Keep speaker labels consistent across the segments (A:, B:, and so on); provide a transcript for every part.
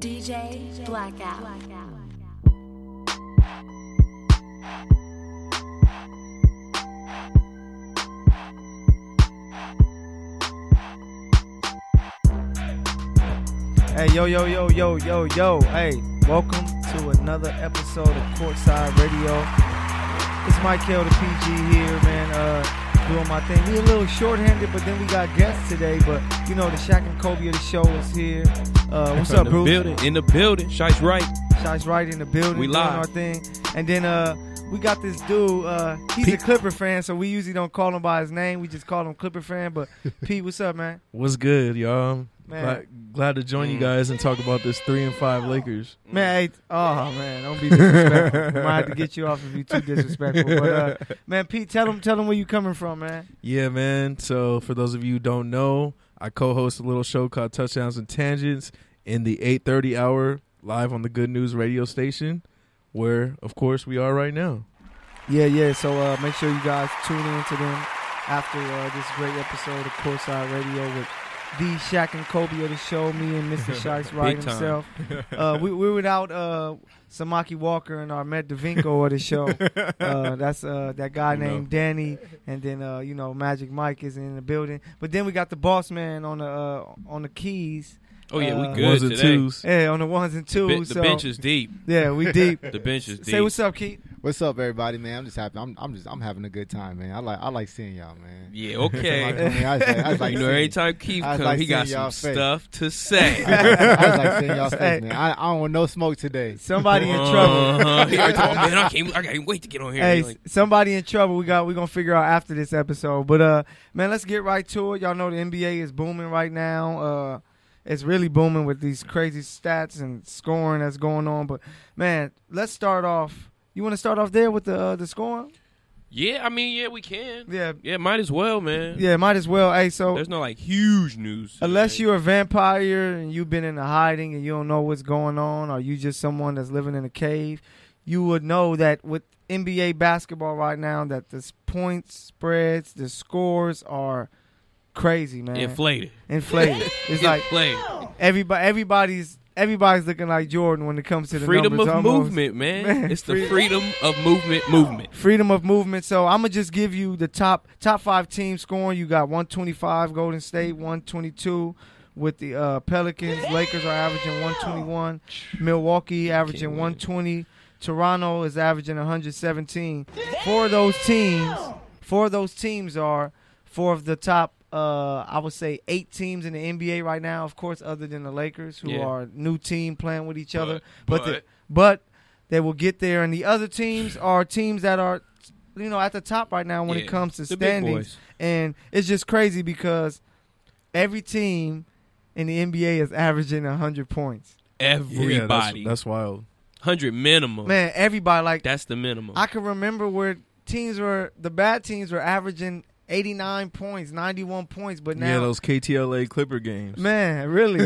A: DJ Blackout.
B: Hey, yo, yo, yo, yo, yo, yo. Hey, welcome to another episode of Courtside Radio. It's Mike Hill, the PG here, man, uh, doing my thing. We a little short-handed, but then we got guests today. But, you know, the Shaq and Kobe of the show is here. Uh, what's
C: in
B: up,
C: the
B: Bruce?
C: building. In the building. Shite's right.
B: Shots right in the building.
C: We
B: doing
C: live.
B: our thing. And then uh, we got this dude. Uh, he's a
C: Pete.
B: Clipper fan, so we usually don't call him by his name. We just call him Clipper fan. But Pete, what's up, man?
D: What's good, y'all?
B: Man. Mm.
D: Glad, glad to join you guys and talk about this three and five Lakers.
C: Mm.
B: Man, hey, oh man, don't be disrespectful. I might have to get you off if you too disrespectful. But uh, man, Pete, tell him, tell him where you coming from, man.
D: Yeah, man. So for those of you who don't know, I co-host a little show called Touchdowns and Tangents in the 8:30 hour live on the Good News radio station, where of course we are right now.
B: Yeah, yeah. So uh, make sure you guys tune in to them after uh, this great episode of Courtside Radio with the Shaq and Kobe of the show. Me and Mr. Shaq's right
C: Big time.
B: himself. Uh, we we without uh, Samaki Walker and our Met Davinko of the show. Uh, that's uh, that guy
D: You know.
B: named Danny, and then uh, you know Magic Mike is in the building. But then we got the Boss Man on the uh, on the keys.
C: Oh yeah,
B: Uh,
C: we good
D: Ones and
C: today.
D: twos.
B: Yeah, on the ones and
C: The,
B: twos.
C: ben- the
B: so
C: bench is deep.
B: yeah, we deep.
C: The bench is deep.
B: Say what's up, Keith.
E: What's up, everybody, man? I'm just happy. I'm, I'm just, I'm having a good time, man. I like, I like seeing y'all, man.
C: Yeah,
E: I,
C: okay.
E: mean, I, was like, I was like
C: you know,
E: seeing-
C: every time Keith
E: I
C: comes,
E: like
C: he got
E: seeing y'all
C: some
E: face.
C: stuff to say.
E: I, I was like seeing y'all face,
B: Hey.
E: man. I, I don't want no smoke today.
B: Somebody in trouble.
C: Uh-huh. He already told me, man, I can't, I can't wait to get on here.
B: Hey,
C: Like,
B: s- somebody in trouble. We got we gonna figure out after this episode. But uh, man, let's get right to it. Y'all know the NBA is booming right now. Uh, it's really booming with these crazy stats and scoring that's going on. But man, let's start off. You want to start off there with the uh, the scoring?
C: yeah, I mean, yeah, we can.
B: Yeah,
C: Yeah, might as well, man.
B: yeah. Might as well. Hey, so
C: There's no like huge news. today.
B: unless you're a vampire and you've been in a hiding and you don't know what's going on, or you just someone that's living in a cave, you would know that with NBA basketball right now, that the s- point spreads, the scores are crazy, man.
C: inflated,
B: Inflated. It's like
C: inflated.
B: everybody, everybody's, everybody's looking like Jordan when it comes to the
C: freedom of
B: numbers, almost.
C: movement, man.
B: Man,
C: It's the
B: freedom-
C: freedom of movement movement.
B: Freedom of movement. So I'm gonna just give you the top top five teams scoring. You got 125 Golden State, 122 with the uh, Pelicans. Lakers are averaging 121. Milwaukee averaging
C: Can't win.
B: 120. Toronto is averaging 117. Four of those teams, four of those teams are four of the top. Uh, I would say eight teams in the NBA right now, of course, other than the Lakers, who
C: Yeah.
B: are a new team playing with each other but
C: But-
B: the- but they will get there. And the other teams are teams that are, you know, at the top right now when it
C: Yeah,
B: comes to
C: the big
B: standings.
C: boys.
B: And it's just crazy because every team in the NBA is averaging hundred points.
C: Everybody,
D: Yeah, that's, that's wild.
C: hundred minimum.
B: Man, everybody like
C: That's the minimum.
B: I can remember where teams were the bad teams were averaging eighty nine points, ninety one points, but
D: yeah,
B: now.
D: those KTLA Clipper games.
B: Man, really?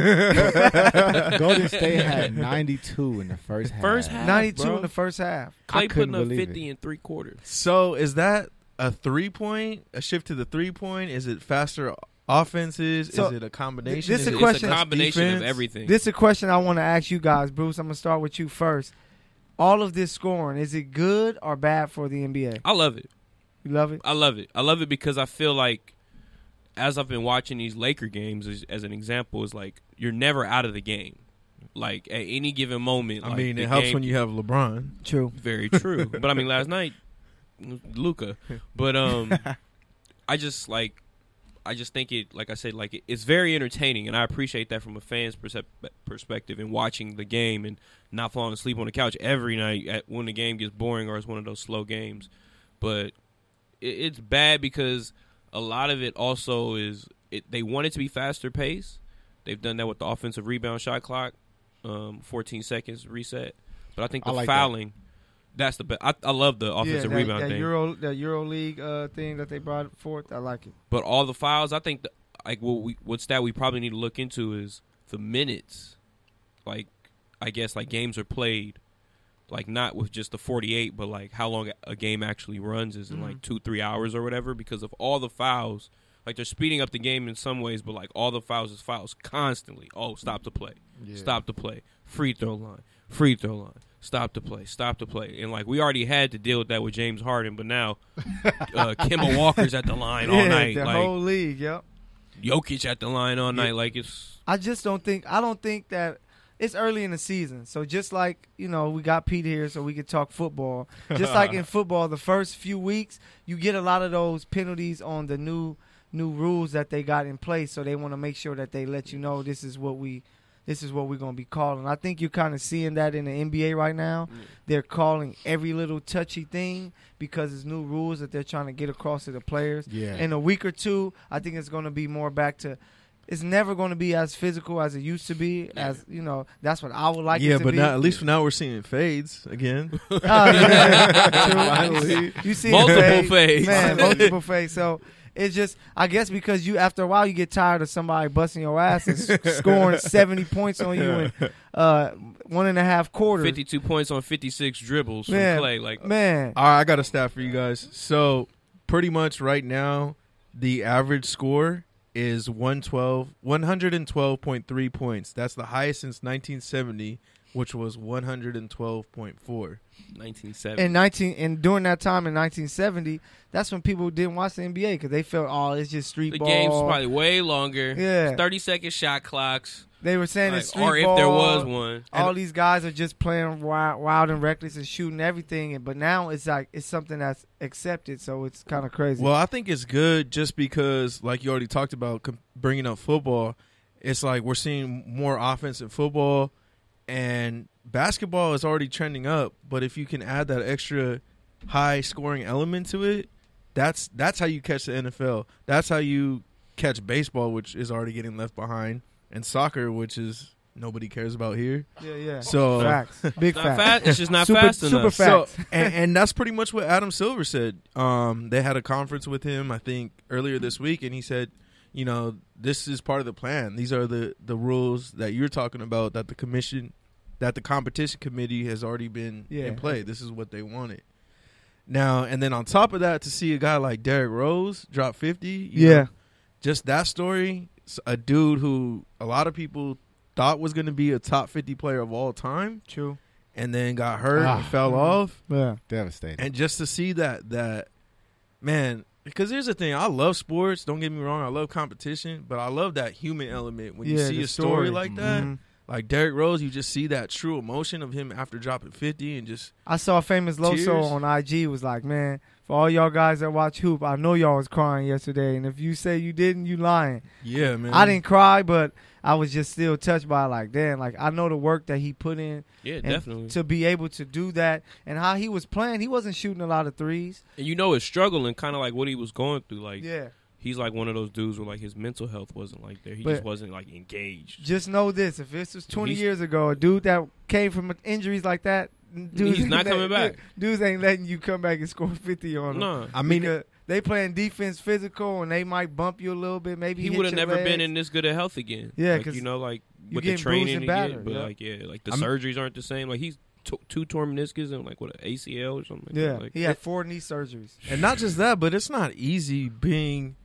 E: Golden State had 92 in the first half.
C: First half.
B: 92
C: bro.
B: in the first half.
C: Clay
E: couldn't
C: putting up
E: believe it.
C: fifty in three quarters.
D: So is that a three point? A shift to the three point? Is it faster offenses?
B: So,
D: is it a combination?
B: this is a
D: it-
B: question-
C: It's a combination
D: defense.
C: of everything.
B: This is a question I want to ask you guys, Bruce. I'm gonna start with you first. All of this scoring is it good or bad for the NBA?
C: I love it.
B: You love it.
C: I love it. I love it because I feel like as I've been watching these Laker games as, as an example, is like you're never out of the game. Like at any given moment.
D: I
C: like,
D: mean,
C: the
D: it helps
C: game-
D: when you have LeBron.
B: True.
C: Very true. but I mean, last night, Luca. But um, I just like, I just think it. Like I said, like it, it's very entertaining, and I appreciate that from a fan's percep- perspective and watching the game and not falling asleep on the couch every night at, when the game gets boring or it's one of those slow games. But it, it's bad because a lot of it also is it, they want it to be faster paced. They've done that with the offensive rebound shot clock, um, 14 seconds reset. But I think
E: I
C: the
E: like that.
C: fouling, that's the best. I, I love the offensive
B: that,
C: rebound
B: that
C: thing.
B: Euro, that Euro League uh, thing that they brought forth, I like it.
C: but all the fouls, I think, the, like what we what stat we probably need to look into is the minutes. Like, I guess like games are played, like not with just the forty eight, but like how long a game actually runs is in
B: Mhm.
C: like two three hours or whatever because of all the fouls. Like they're speeding up the game in some ways, but like all the fouls is fouls constantly. Oh, stop the play,
E: Yeah.
C: stop the play, free throw line, free throw line, stop the play, stop the play. And like we already had to deal with that with James Harden, but now uh, Kemba Walker's at the line all
B: yeah,
C: night,
B: the
C: like
B: whole league. Yep.
C: Jokic at the line all night, like it's
B: I just don't think I don't think that it's early in the season. So just like, you know, we got Pete here so we could talk football. Just like in football, the first few weeks, you get a lot of those penalties on the new new rules that they got in place. So they want to make sure that they let you know this is what we this is what we're going to be calling. I think you're kind of seeing that in the NBA right now. They're calling every little touchy thing because it's new rules that they're trying to get across to the players
E: Yeah.
B: in a week or two, I think it's going to be more back to. It's never going to be as physical as it used to be. As you know, that's what I would like.
D: yeah,
B: it to
D: but
B: be.
D: now, at least for now we're seeing fades again.
B: Oh, yeah. True.
D: Finally.
B: you see
C: Multiple
B: the fade.
C: fades.
B: man, multiple fades. So it's just, I guess, because you after a while you get tired of somebody busting your ass and s- scoring seventy points on you in uh, one and a half quarters.
C: fifty-two points on fifty-six dribbles from
B: Man.
C: Clay. Like
B: Man,
D: All right, I got a stat for you guys. So, pretty much right now, the average score is 112 112.3 points. That's the highest since 1970, which was 112.4.
C: nineteen seventy.
B: in nineteen and during that time in nineteen seventy, that's when people didn't watch the NBA because they felt, oh, it's just street
C: The
B: ball.
C: game's probably way longer.
B: Yeah.
C: thirty-second shot clocks,
B: They were saying
C: like,
B: it's street
C: or if
B: ball.
C: there was one.
B: All these guys are just playing wild, wild and reckless and shooting everything, and but now it's like it's something that's accepted, so it's kind of crazy.
D: Well, I think it's good just because, like you already talked about, com- bringing up football, it's like we're seeing more offense in football, and basketball is already trending up. But if you can add that extra high scoring element to it, that's that's how you catch the NFL. That's how you catch baseball, which is already getting left behind, and soccer, which is nobody cares about here.
B: yeah, yeah.
D: So
B: facts, big
C: It's not
B: facts.
C: fast. It's just not
D: Super-
C: fast
B: super
C: enough.
B: fa- Facts.
D: So, and, and that's pretty much what Adam Silver said. Um, they had a conference with him, I think, earlier this week, and he said, you know, this is part of the plan. These are the the rules that you're talking about that the commission, that the competition committee has already been
B: Yeah.
D: in play. This is what they wanted. Now and then on top of that, to see a guy like Derrick Rose drop fifty, you
B: Yeah,
D: know, just that story. s- A dude who a lot of people thought was going to be a top fifty player of all time,
B: true.
D: and then got hurt and
E: Ah.
D: fell off
B: Yeah,
E: Devastating.
D: and just to see that that man because here's the thing i love sports don't get me wrong i love competition but i love that human element when you
B: Yeah,
D: see
B: the
D: a story,
B: story.
D: like that
B: Mhm.
D: like derek rose you just see that true emotion of him after dropping 50 and just
B: I saw famous
D: Tears.
B: Loso on IG was like, man, for all y'all guys that watch hoop, I know y'all was crying yesterday, and if you say you didn't, you lying.
D: yeah man
C: Mm-hmm.
B: I didn't cry, but I was just still touched by like, damn, like I know the work that he put in
C: Yeah,
B: and
C: definitely.
B: to be able to do that and how he was playing. He wasn't shooting a lot of threes.
C: and you know his struggle and kind of like what he was going through. Like
B: Yeah.
C: he's like one of those dudes where like his mental health wasn't like there. He
B: But-
C: just wasn't like engaged.
B: Just know this: if this was 20
C: He's-
B: years ago, a dude that came from injuries like that, dudes
C: He's not
B: ain't
C: coming
B: letting-
C: back.
B: Dudes ain't letting you come back and score 50 on him.
C: No,
D: i mean
B: Because they playing defense, physical, and they might bump you a little bit. Maybe
C: he
B: hit
C: would have
B: your
C: never been
B: legs.
C: in this good of health again.
B: Yeah,
C: Like,
B: 'cause
C: you know, like
B: you
C: with the
B: getting bruised
C: training,
B: and
C: and yeah,
B: battered,
C: but
B: yeah.
C: like yeah, like the
D: I'm-
C: surgeries aren't the same. Like he's t- two torn meniscus and like what an ACL or something.
B: Yeah,
C: like,
B: he had four knee surgeries.
D: and not just that but it's not easy being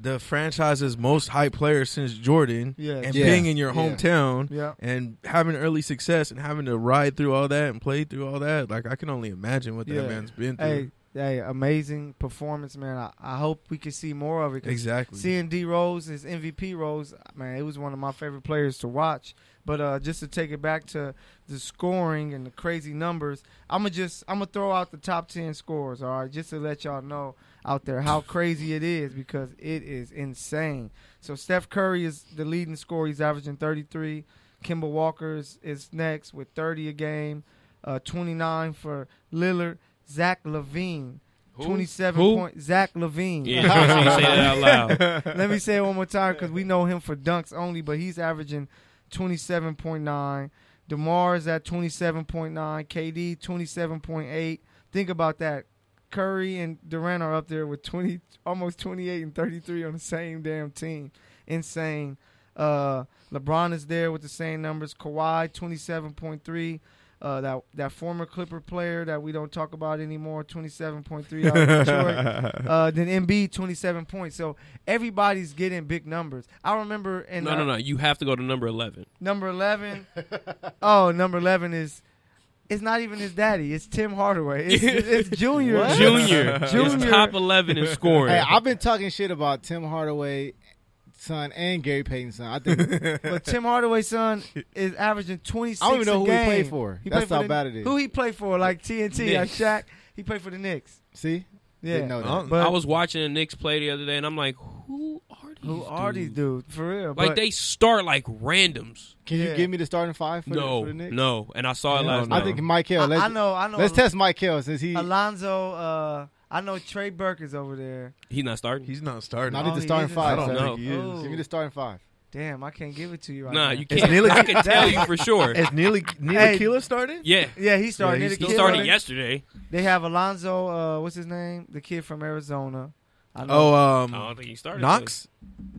D: the franchise's most hyped player since jordan
B: Yeah,
D: and
E: Yeah.
D: being in your
E: Yeah.
D: hometown
B: yeah.
D: and having early success and having to ride through all that and play through all that, like I can only imagine what that
B: Yeah.
D: man's been through.
B: Hey, hey, amazing performance, man. I, I hope we can see more of it. 'cause
D: exactly.
B: Seeing D Rose, his MVP Rose, man, it was one of my favorite players to watch. But uh, just to take it back to the scoring and the crazy numbers, I'm gonna just I'm gonna throw out the top ten scores, all right, just to let y'all know out there how crazy it is because it is insane. So Steph Curry is the leading scorer; he's averaging 33. Kimball Walker is, is next with 30 a game, uh, 29 for Lillard. Zach Levine,
C: Who?
B: 27
C: Who?
B: point. Zach Levine.
C: Yeah, so you say that out loud.
B: Let me say it one more time because we know him for dunks only, but he's averaging 27.9. DeMar is at 27.9. KD, 27.8. Think about that. Curry and Durant are up there with 20, almost 28 and 33 on the same damn team. Insane. Uh, LeBron is there with the same numbers. Kawhi, 27.3. Uh, that that former Clipper player that we don't talk about anymore, twenty seven point three out of Detroit. Uh, then MB twenty seven points. So everybody's getting big numbers. I remember in
C: no,
B: uh,
C: no, no. You have to go to number eleven.
B: number eleven. oh, number eleven is it's not even his daddy. It's Tim Hardaway. It's, it's, it's Junior.
E: What?
C: Junior,
B: Junior.
C: is top eleven in scoring.
E: Hey, I've been talking shit about Tim Hardaway, son, and Gary Payton's son. I think
B: But Tim Hardaway's son is averaging 26
E: I don't even know
B: a
E: who he
B: game.
E: played for. That's
B: for
E: how
B: the-
E: bad it is.
B: Who he played for, like TNT, like
C: Knicks.
B: Shaq. He played for the Knicks.
E: See,
B: Yeah.
E: didn't know that.
D: Uh,
B: But
C: I was watching the Knicks play the other day, and I'm like, who are these?
B: who are these
C: dudes?
B: dudes? For real.
C: Like
B: but
C: they start like randoms.
E: Can
B: Yeah.
E: you give me the starting five for,
C: no,
E: the, for the Knicks?
C: no. And I saw it
D: Hell
C: last
D: no.
E: I
C: night.
E: think Mike
B: I,
E: Hill. Let's,
B: I know, I know.
E: let's test Mike Hill since he.
B: Alonzo, uh, I know Trey Burke is over there.
C: he's not starting.
D: He's not starting.
E: Not
B: Oh,
E: at the
B: he
E: starting
B: is?
E: five.
D: I don't
E: sir.
C: know.
D: think he is.
B: Oh.
E: Give me the starting five.
B: Damn, I can't give it to you right now.
C: Nah, you
D: It's
C: can't.
D: Neely-
C: I can tell you for sure.
D: Is Neely Neely
B: Hey.
D: Keeler starting?
C: Yeah,
B: Yeah, he started.
D: Yeah,
B: They're the
D: he's
C: he
D: still
B: kid
C: started
B: from-
C: yesterday.
B: They have Alonzo, uh, what's his name? The kid from Arizona. I
D: Oh,
C: I
D: um,
C: don't think he started.
D: Knox.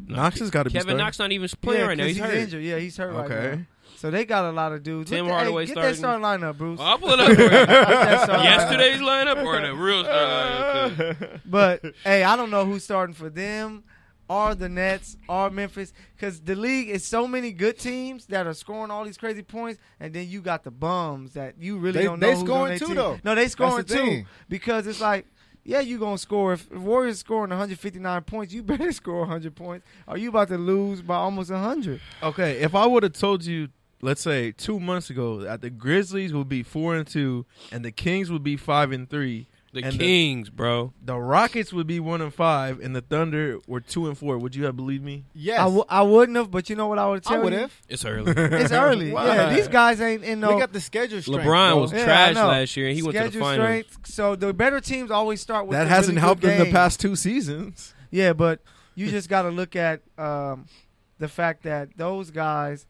C: No,
D: Knox has got to be
C: Kevin
D: starting.
C: Knox not even playing
B: yeah,
C: right now.
B: 'cause
C: He's,
B: he's
C: hurt.
B: injured. Yeah, he's hurt right
D: Okay.
B: now. So they got a lot of dudes.
C: Tim
B: Look at-
C: Hardaway
B: hey, get that
C: starting.
B: starting lineup, Bruce.
C: I'll pull it up. For
B: Get that starting lineup.
C: you. Yesterday's lineup or the real uh, starting lineup?
B: But hey, I don't know who's starting for them or the Nets or Memphis because the league is so many good teams that are scoring all these crazy points, and then you got the bums that you really
E: They-
B: don't know.
E: they
B: who's on
E: scoring
B: their
E: too,
B: team.
E: though.
B: No, they scoring
E: the
B: too
E: thing.
B: because it's like. Yeah, you gonna score if if Warriors scoring 159 points. You better score 100 points, or you about to lose by almost 100.
D: Okay, if I would have told you, let's say two months ago, that the Grizzlies would be four and two, and the Kings would be five and three,
C: The
D: And the-
C: Kings, bro.
D: the Rockets would be one and five, and the Thunder were two and four, would you have believed me?
E: Yes,
B: I I, w- I wouldn't have, but you know what I would
E: I
B: tell
E: would
B: you?
E: have.
C: It's early.
B: It's early.
D: Why?
B: Yeah, these guys ain't in no.
E: We got the schedule strength.
C: LeBron
E: bro.
C: was
B: Yeah, I
C: trash
B: know.
C: last year. and He went to the
B: schedule
C: finals.
B: strength. So the better teams always start with
D: that
B: the
D: hasn't
B: really
D: helped
B: good
D: them the
B: games.
D: past two seasons.
B: Yeah, but you just got to look at um, the fact that those guys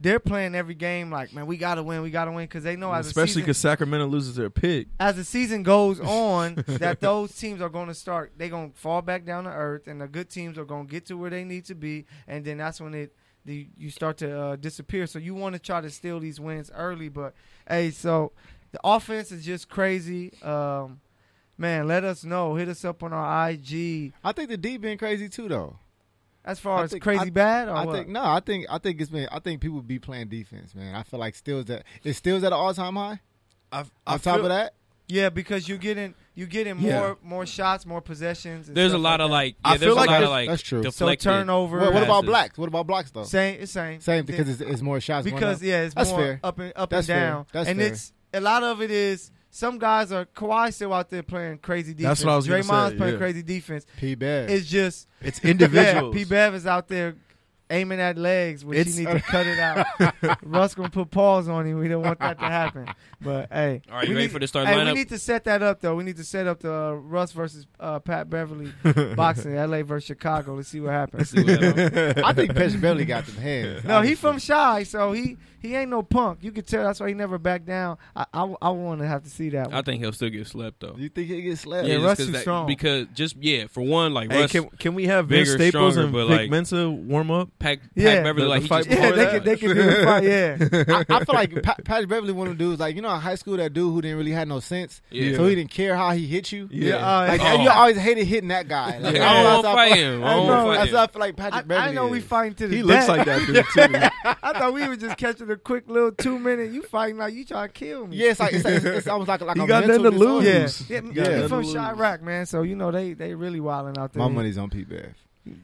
B: they're playing every game like, man, we got to win, we got to win because they know as the
D: Especially
B: season,
D: because Sacramento loses their pick.
B: as the season goes on that those teams are going to start they're going to fall back down to earth and the good teams are going to get to where they need to be and then that's when it the, you start to uh, disappear so you want to try to steal these wins early but hey so the offense is just crazy um, man let us know hit us up on our ig
E: I think the D been crazy too, though.
B: as far
E: I
B: as
E: think-
B: crazy
E: I-
B: bad or
E: I
B: what?
E: think no, I think I think it's been. I think people be playing defense, man. I feel like Steel's that is Steel's at an all time high.
D: I've,
E: On top of that,
B: yeah because you're getting you're getting
D: Yeah.
B: more more shots more possessions and
C: There's a
B: stuff
C: lot of
B: that.
C: like,
D: I
C: yeah, there's
D: feel
C: a
D: like
C: lot of
D: that's-
C: like
E: that's true. So
B: so
C: deflected.
B: turnover
E: what, what about
C: passes.
E: blacks? What about blacks though?
B: same same
E: Same because it's, it's more shots. going
B: because
E: up.
B: yeah, it's
E: That's
B: more
E: fair.
B: up and up
E: That's
B: and
E: fair.
B: down.
E: That's
B: and
E: fair.
B: it's a lot of it is some guys are Kawhi still out there playing crazy defense.
D: That's what I was gonna
B: Draymond's
D: say,
B: playing
D: yeah.
B: crazy defense.
E: P. Bear.
B: It's just
D: it's individuals.
B: Yeah, P. Bev is out there aiming at legs, which
D: It's-
B: he needs to cut it out. Russ gonna put paws on him. We don't want that to happen. But hey,
C: All right, you
B: we
C: ready
B: need-
C: for the start
B: hey, we
C: lineup?
B: need to set that up though. We need to set up the uh, Russ versus uh, Pat Beverly boxing, L.A. versus Chicago. Let's see what happens.
C: See what happens.
E: I think Patrick Beverly got them hands.
B: No, he
E: honestly.
B: from Shy, so he he ain't no punk. You could tell that's why he never backed down. I I, want to have to see that.
C: I
B: One.
C: think he'll still get slept though.
E: You think he gets slapped?
B: Yeah,
C: just
B: Russ
C: 'cause
B: too
C: that-
B: strong.
C: Because just yeah, for one, like
D: Hey,
C: Russ,
D: can, can we have Vince
C: bigger,
D: Staples
C: stronger,
D: and
C: but,
D: Vic
C: like-
D: Mensa warm up?
C: Pack, Pack
B: Yeah.
C: Beverly,
D: The-
C: like
D: the
C: he
D: fight
C: just
B: Yeah,
D: before
B: they
D: that.
B: could they could do the fight. Yeah,
E: I, I feel like Pat, Patrick Beverly one of them dudes like you know in high school that dude who didn't really had no sense,
C: Yeah.
E: so he didn't care how he hit you.
D: Yeah.
B: uh,
E: Like
C: Oh.
E: you always hated hitting that guy. Like,
C: Like,
E: I
C: I
E: don't
C: don't
E: know, that's how I
C: want to
E: feel-
C: fight him.
B: I
C: I don't
B: know,
C: want
E: That's
C: to
E: how I
C: fight
E: feel like Patrick
B: I,
E: Beverly.
B: I know we
E: is.
B: fighting to the
D: He looks
B: death.
D: like that dude too.
B: I thought we were just catching a quick little two minute. You fighting like you trying to kill me.
E: Yeah, it's like it's, it's, it's almost like like
D: He
E: a
D: got
E: mental
D: nothing to
E: disorder.
D: lose.
B: yeah,
D: lose.
B: yeah.
E: Yeah.
B: He from
D: Lose.
B: Chirac, man. So you know they they really wilding out there.
E: My money's on Pete Bev.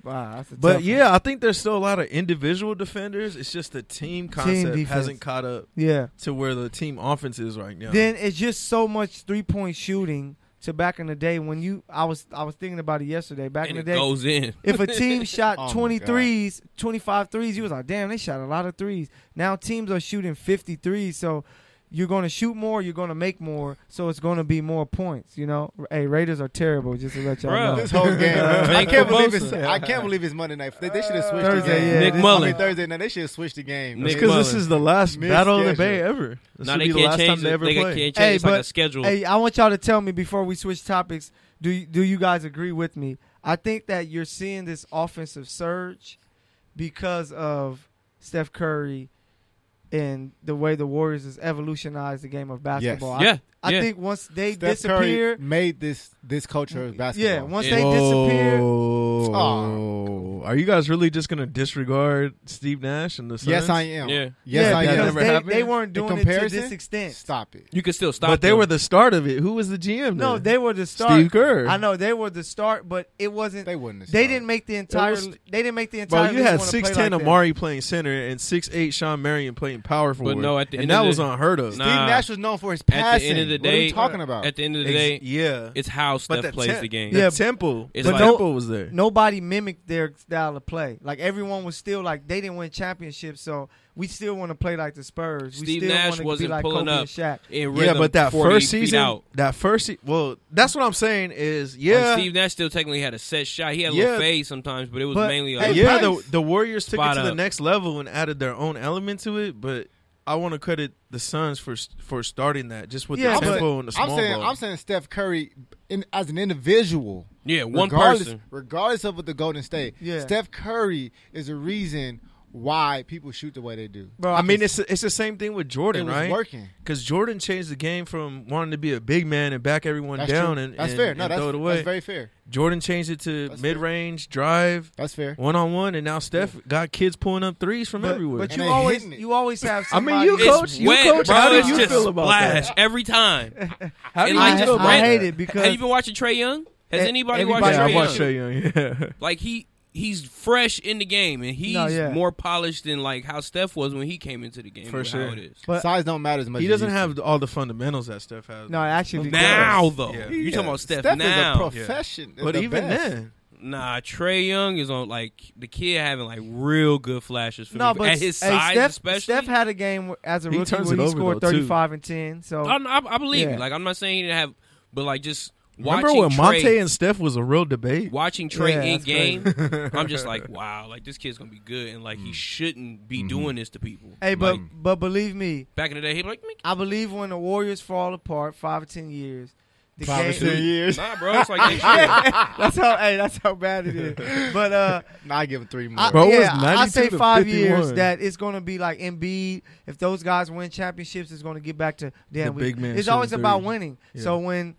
B: Wow, that's a tough
D: But
B: one.
D: yeah, I think there's still a lot of individual defenders. It's just the team concept
B: defense.
D: hasn't caught up
B: yeah.
D: to where the team offense is right now.
B: Then it's just so much three point shooting. To back in the day when you, I was I was thinking about it yesterday. Back
C: him.
B: in
C: And
B: the
C: it
B: day,
C: goes in.
B: If a team shot
E: Oh, my
B: 23s, 25 threes, you was like, damn, they shot a lot of threes. Now teams are shooting 53, so you're going to shoot more, you're going to make more, so it's going to be more points, you know? Hey, Raiders are terrible, just to let y'all
C: Bruh.
B: know.
E: This whole game, I
C: Thank
E: can't
C: you,
E: believe
C: Bosa.
E: it's I can't believe it's Monday night. They, they should have switched
B: Thursday,
E: the game.
B: yeah.
C: Nick
B: this-
E: I
C: Mullen.
E: mean, Thursday night they should have switched the game.
C: Nick
D: it's
E: I
D: because
E: mean,
D: this is the last
E: Mid-schedule.
D: battle in the Bay ever. This
C: Now
D: will
C: they
D: be the
C: can't
D: last
C: change.
D: time they
C: the-
D: ever
C: They
D: play.
C: can't change
B: Hey,
C: it's like a
B: but-
C: schedule.
B: Hey, I want y'all to tell me before we switch topics, do you, do you guys agree with me? I think that you're seeing this offensive surge because of Steph Curry and the way the Warriors has evolutionized the game of basketball.
C: yeah,
B: I,
C: yeah.
B: I think once they
E: Steph
B: disappear,
E: Curry made this this culture of basketball.
B: yeah, once
C: Yeah.
B: they disappear,
D: Oh, are you guys really just gonna disregard Steve Nash and the Suns?
E: yes, I am.
C: Yeah.
E: Yes,
B: yeah,
D: that
E: I am.
B: because
D: never
B: they,
D: happened.
B: they weren't
E: In
B: doing it to
E: comparison,
B: this extent.
E: Stop it.
C: you can still stop.
D: But they
C: them.
D: were the start of it. Who was the GM?
B: No,
D: then?
B: they were the start.
D: Steve Kerr.
B: I know they were the start, but it wasn't.
E: They wouldn't. Have
B: They
E: started.
B: didn't make the entire.
D: was-
B: they didn't make the entire.
D: Bro, you
B: league
D: had
B: wanna
D: six
B: play
D: ten
B: like that.
D: Amari playing center and six eight Sean Marion playing power forward.
C: no, at the
D: and
C: end
D: that
C: of the-
D: was unheard of.
C: Nah,
E: Steve Nash was known for his
C: the end
E: passing.
C: of the
E: what are
C: day-
E: you talking about?
C: At the end of the
D: Ex-
C: day,
D: yeah,
C: it's how
D: But
C: Steph plays
D: temp-
C: the game.
D: The
B: Yeah.
D: tempo,
C: It's
D: the
C: like-
D: tempo was there.
B: Nobody mimicked their style of play. Like everyone was still like they didn't win championships, so we still want to play like the Spurs. We
C: Steve
B: still
C: Nash
B: wanna
C: wasn't
B: be like
C: pulling
B: Kobe
C: up
B: and Shaq.
C: in
D: yeah,
C: rhythm
D: but that
C: 40
D: first
C: feet
D: season,
C: out.
D: that first, se- well, that's what I'm saying is,
C: Like,
D: yeah,
C: Steve Nash still technically had a set shot. He had a
D: Yeah.
C: little fade sometimes, but it was
B: But,
C: mainly
B: hey,
C: like
D: yeah, the,
B: Price.
D: the Warriors took it
C: Spot
D: to the
C: up.
D: next level and added their own element to it. But I want to credit the Suns for for starting that, just with
B: Yeah,
D: the
B: but-
D: tempo and the
E: I'm
D: small
E: saying
D: ball.
E: I'm saying Steph Curry in, as an individual.
C: yeah, one
E: regardless,
C: person.
E: regardless of what the Golden State,
B: Yeah.
E: Steph Curry is a reason why people shoot the way they do.
B: Bro,
D: I mean, it's it's the same thing with
E: It
D: Jordan,
E: was
D: right?
E: working.
D: Because Jordan changed the game from wanting to be a big man and back everyone
E: That's
D: down
E: true.
D: and,
E: that's
D: and-
E: fair. No,
D: and
E: that's,
D: throw it away.
E: that's very fair.
D: Jordan changed it to
E: That's fair.
D: mid range, drive,
E: That's fair.
D: one on one, and now Steph got kids pulling up threes from
B: but,
D: everywhere.
B: but
E: And
B: you
E: they
B: always
E: hitting it.
B: you always have.
D: I mean,
B: Somebody
D: you
C: It's
D: coach- you
C: wet,
D: coach,
C: bro.
D: how do
C: it's
D: you
C: just
D: feel about that?
C: splash every time.
D: How
C: do
D: do
C: you
D: you
B: I,
C: just
D: feel
C: feel
D: about
C: about
B: I
C: that?
B: hate it because
C: Have you been watching Trey Young? Has
B: Eh,
C: anybody,
B: everybody-
C: watched Trey
D: I
B: Yeah,
C: Young?
D: watched Trey Young. Yeah.
C: Like he he's fresh in the game and he's
B: No, yeah.
C: more polished than like how Steph was when he came into the game.
D: For
C: with
D: sure.
C: how it is.
B: But-
E: Size don't matter as much.
D: He
E: as
D: doesn't
E: you
D: have all the fundamentals that Steph has.
B: no, actually,
C: Now
B: because-
C: though,
D: Yeah.
C: you talking about
E: think.
C: Steph,
E: Steph is a
C: now?
E: profession.
D: but
E: the
D: even
E: best.
D: then,
C: Nah, Trey Young is on like the kid having like real good flashes for
B: No,
C: me
B: but
C: at his
B: hey,
C: size,
B: Steph,
C: especially.
B: Steph had a game where- as a
D: He
B: rookie
D: turns
B: where
D: it
B: he
D: over,
B: scored
D: though, too.
B: thirty-five and ten. So
C: I, I, I believe
B: Yeah.
C: you. Like I'm not saying he didn't have, but like just
D: remember
C: watching
D: when
C: Trey,
D: Monte and Steph was a real debate?
C: watching Trey
B: Yeah,
C: in
B: that's crazy.
C: game, I'm just like, wow, like this kid's gonna be good, and like he
D: Mm.
C: shouldn't
D: Mm-hmm.
C: be doing this to people.
B: hey, but
C: Like,
B: but believe me,
C: back in the day, he'd be like, "Man,
B: I believe when the Warriors fall apart, five or ten years, the
E: Five or
B: game.
E: 10 years.
C: nah, bro, it's like that shit.
B: that's how hey, that's how bad it is. But uh,
E: Nah, I give him three more.
B: I,
D: Bro, it was
B: yeah, I- I
D: 92
B: say
D: to
B: five
D: 51.
B: years that it's going to be like Embiid. If those guys win championships, it's going to get back to damn.
D: The
B: we-
D: big man
B: It's always
D: shooting
B: about
D: threes.
B: winning.
D: Yeah.
B: So when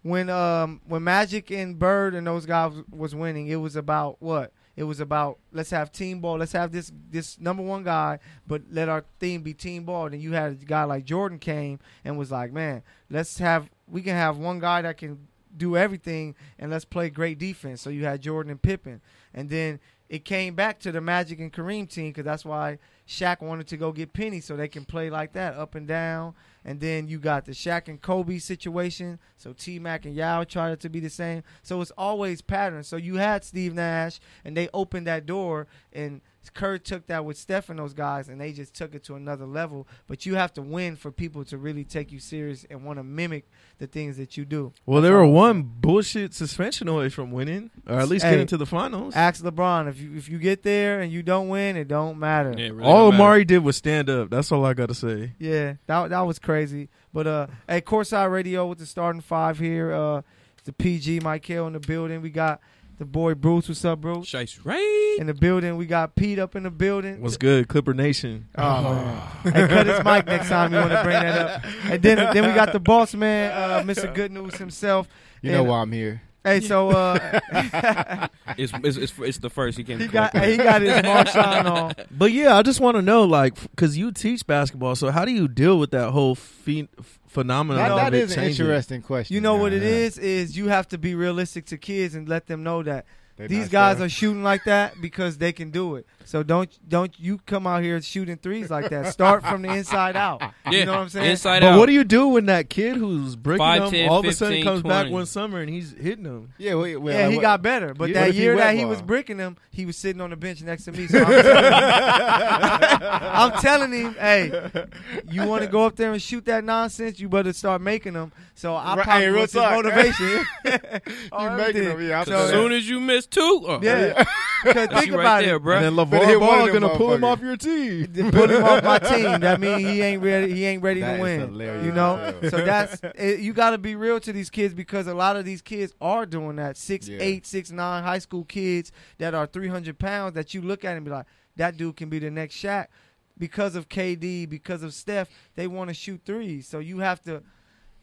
B: when um when Magic and Bird and those guys was winning, it was about what? It was about let's have team ball. Let's have this this number one guy, but let our theme be team ball. Then you had a guy like Jordan came and was like, man, let's have we can have one guy that can do everything and let's play great defense. So you had Jordan and Pippen, and then it came back to the Magic and Kareem team because that's why Shaq wanted to go get Penny so they can play like that up and down. And then you got the Shaq and Kobe situation. So T Mac and Yao tried to be the same. So it's always patterns. So you had Steve Nash and they opened that door and Kerr took that with Steph and those guys and they just took it to another level. But you have to win for people to really take you serious and want to mimic the things that you do.
D: Well, they
B: That's
D: were
B: all I'm
D: one
B: saying.
D: bullshit suspension away from winning, or at least
B: Hey.
D: getting to the finals.
B: Ask LeBron if you if you get there and you don't win, it don't matter.
C: Yeah, it really
D: all
C: don't matter.
D: Amari did was stand up. That's all I got to say.
B: Yeah, that that was crazy. But uh, hey, Courtside Radio with the starting five here. Uh, the PG Michael in the building. We got the boy Bruce. What's up, Bruce?
C: Shice Ray.
B: In the building. We got Pete up in the building.
D: What's good, Clipper Nation?
B: Oh, man. hey, cut his mic next time you want to bring that up. And then then we got the boss man, uh, Mr. Good News himself.
E: You know
B: And-
E: why I'm here.
B: Hey, so uh,
C: It's, it's, it's, it's the first he came.
B: he
C: to
B: got
C: collect.
B: he got his Marshawn on.
D: But yeah, I just want to know, like, because you teach basketball, so how do you deal with that whole phe- f- phenomenon?
E: That,
D: of
E: that
D: it
E: is an
D: changing?
E: interesting question.
B: You know what it
D: Yeah.
B: is? Is you have to be realistic to kids and let them know that
E: They're
B: These
E: not
B: guys
E: sure.
B: are shooting like that because they can do it. So don't don't you come out here shooting threes like that. Start from the inside out.
C: yeah,
B: You know what I'm saying?
C: Inside
D: But
C: out.
D: what do you do when that kid who's breaking
C: Five,
D: them
C: ten,
D: all of a sudden
C: 15,
D: comes back
C: 20.
D: one summer and he's hitting them?
E: Yeah, well, well,
B: yeah,
E: like
B: he
E: what-
B: got better. But
E: you- what
B: that
E: if he
B: year
E: wet
B: that he
E: ball?
B: was bricking him, he was sitting on the bench next to me. So I'm telling, I'm telling him, hey, you want to go up there and shoot that nonsense, you better start making them. So I
E: Right,
B: probably
E: hey, real
B: was his
E: talk.
B: motivation.
E: You
B: on
E: making
B: everything.
E: them, yeah. I'm
C: As
E: saying.
C: soon as you miss two, oh,
B: Yeah, because
C: that's
B: think
C: you right
B: about
C: there,
B: it.
C: bro.
D: And then
E: But hit
D: LeVar
E: one
D: Ball
E: of them
D: gonna pull him
E: motherfuckers.
D: off your team.
B: to put him off my team. That mean he ain't ready. He ain't ready
E: That
B: to
E: is
B: win.
E: hilarious.
B: You know. So that's it, you got to be real to these kids because a lot of these kids are doing that. Six
E: Yeah.
B: eight, six nine high school kids that are three hundred pounds that you look at and be like, that dude can be the next Shaq. because of KD, because of Steph, they want to shoot threes. So you have to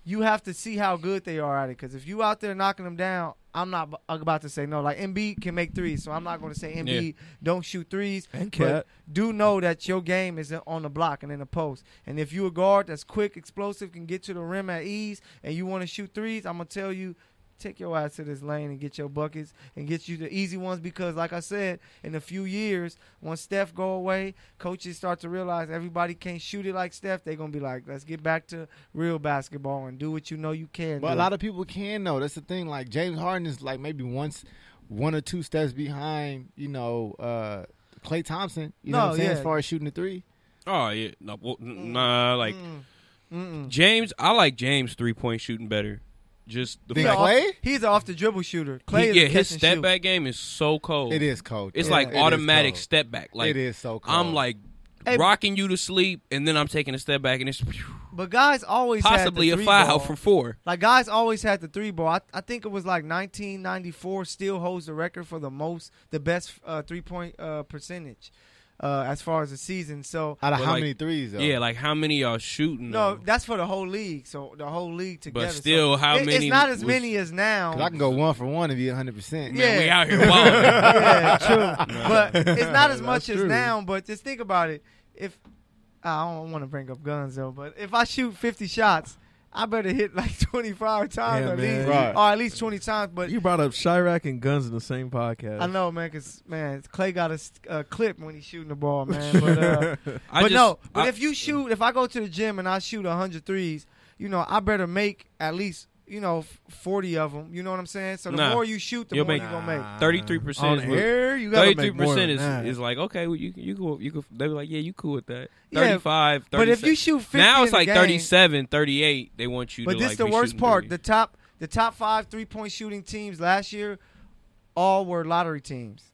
B: you have to see how good they are at it. Because if you out there knocking them down, I'm not b- about to say no. Like Embiid can make threes, so I'm not going to say Embiid don't shoot threes.
D: And
B: But do know that your game is on the block and in the post. And if you a guard that's quick, explosive, can get to the rim at ease, and you want to shoot threes, I'm gonna tell you, take your ass to this lane and get your buckets and get you the easy ones. Because like I said, in a few years, once Steph go away, coaches start to realize everybody can't shoot it like Steph. They're gonna be like, let's get back to real basketball and do what you know you can.
E: But
B: do.
E: a lot of people can though. That's the thing. Like James Harden is like maybe once, one or two steps behind. You know, uh, Clay Thompson. You know
B: No,
E: what I'm saying?
B: yeah.
E: As far as shooting the three,
C: Oh yeah, no, well, n- nah. Like
B: Mm. Mm-mm.
C: James, I like James three point shooting better. Just the
E: Then
B: He's a
C: fact,
E: Clay?
B: off- he's an off the dribble shooter. Clay is
C: he,
B: a
C: yeah,
B: catch
C: his
B: and
C: step
B: shoot.
C: back game is so cold.
E: it is cold.
C: It's
E: though.
C: like
E: It is
C: automatic
E: cold.
C: step back. Like
E: it is so cold.
C: I'm like
B: Hey,
C: rocking you to sleep, and then I'm taking a step back, and it's
B: But guys always had the
C: possibly a
B: three
C: foul
B: ball.
C: from four.
B: Like guys always had the three ball. I, I think it was like 1994 still holds the record for the most, the best uh, three point uh, percentage uh, as far as the season. So
E: out of
C: but
E: how
C: like-
E: many threes? Though?
C: Yeah, like how many y'all shooting?
B: no,
C: though?
B: that's for the whole league. So the whole league together. So
C: still, how
B: it-
C: many
B: It's not as
C: was-
B: many as
E: 'Cause
B: now.
E: I can go one for one and be 100. percent
B: Yeah.
C: we out here wilding.
B: yeah, true. But it's not as
D: That's
B: much as
D: true.
B: now. But just think about it. If I don't want to bring up guns though, but if I shoot 50 shots, I better hit like 25 times
D: Yeah,
B: at
D: man.
B: least,
E: Right.
B: or at least 20 times. But
D: You brought up Chirac and guns in the same podcast.
B: I know, man. Cause man, Clay got a s- a clip when he's shooting the ball, man. But, uh,
C: I
B: but
C: just-
B: no, but
C: I-
B: if you shoot, if I go to the gym and I shoot 100 threes, you know, I better make at least you know f- 40 of them. You know what I'm saying? So the
C: Nah.
B: more you shoot, the
C: You'll
B: more
C: make-
B: you gonna make.
C: 33%
D: on
C: is what-
D: air. You gotta
C: Thirty-three
D: make more than
C: percent is,
D: that.
C: is like okay, well, you you cool, you could. They were like, yeah, you cool with that.
B: Yeah,
C: 35,
B: But if you
C: 37.
B: shoot 50
C: now it's
B: in a
C: like
B: game-
C: 37, 38, They want you.
B: But
C: to
B: this
C: like,
B: the
C: be
B: worst
C: shooting
B: part. The
C: threes.
B: top the top five three point shooting teams last year all were lottery teams.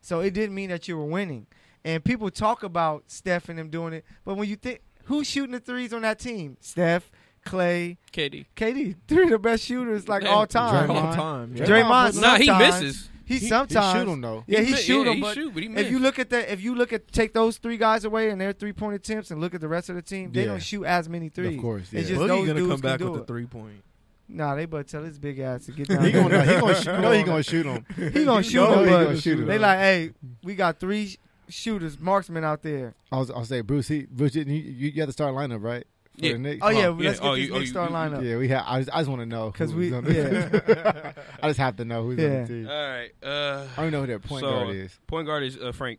B: So it didn't mean that you were winning. And people talk about Steph and them doing it, but when you think who's shooting the threes on that team? Steph, Clay,
C: KD.
B: KD, three of the best shooters like
C: Yeah.
B: all time.
D: Draymond.
B: Draymond,
D: Time, yeah.
E: Draymond
B: sometimes,
C: Nah, he misses.
B: He,
E: He- he
B: sometimes
E: shoot 'em, though.
B: Yeah,
C: mi-
B: he shoot
C: yeah,
B: him.
C: he
B: But
C: shoot, but he
B: if you
C: missed.
B: look at the, if you look at take those three guys away and their three point attempts, and look at the rest of the team, they
E: Yeah.
B: don't shoot as many threes.
E: Of course, yeah.
B: It's just
D: Boogie
B: those
D: gonna
B: dudes
D: come
B: can
D: back
B: do
D: with the
B: it.
D: three point.
B: Nah, they but tell his big ass to get down.
E: he gonna, he
B: there.
E: gonna, shoot, no, he gonna shoot him.
B: He gonna shoot
E: know
B: him,
E: he
B: but
E: gonna shoot him.
B: they like, hey, we got three sh- shooters, marksmen out there.
E: I was, I was saying, Bruce, he, Bruce, you, you, you got the start lineup right for
C: Yeah.
E: the Knicks.
B: Oh yeah,
C: yeah.
B: let's get
C: Oh,
B: this
C: you- oh,
B: next
C: you-
B: star
C: you-
B: lineup.
E: Yeah, we have. I just, I just want to know
B: 'Cause
E: who's
B: we-
E: on the-
B: yeah.
E: I just have to know who's on
B: Yeah.
E: the team.
C: All right. Uh,
E: I don't even know who their point
C: So,
E: guard is.
C: point guard is uh, Frank.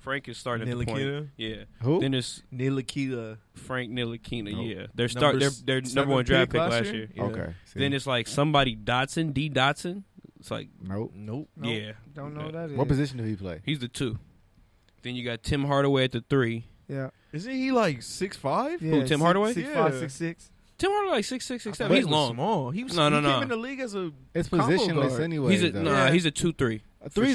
C: Frank is starting at the point.
D: Nilakina,
C: Yeah.
E: Who?
C: Then it's
D: Nilakina,
C: Frank Nilakina.
E: Nope.
C: Yeah. They're start. They're,
D: s-
C: they're
D: seven
C: number one draft
D: pick
C: pick last year.
D: Yeah.
E: Okay. see.
C: Then it's like somebody Dotson, D Dotson. It's like
E: nope.
D: nope.
B: Nope,
C: yeah.
B: Don't know what that is.
E: What position do he play?
C: He's the two. Then you got Tim Hardaway at the three.
B: Yeah.
D: Isn't he like six five?
B: yeah.
C: Tim Hardaway?
B: Six,
D: Yeah.
B: five, six, six.
C: Tim Hardaway like six six six seven. He's long.
D: small. He was
C: No, no,
D: he
C: no.
D: Came in the league as a
E: It's
D: Combo
E: positionless
D: guard.
E: anyway.
C: He's a
E: though.
C: nah.
B: Yeah.
C: He's a two three.
E: Threes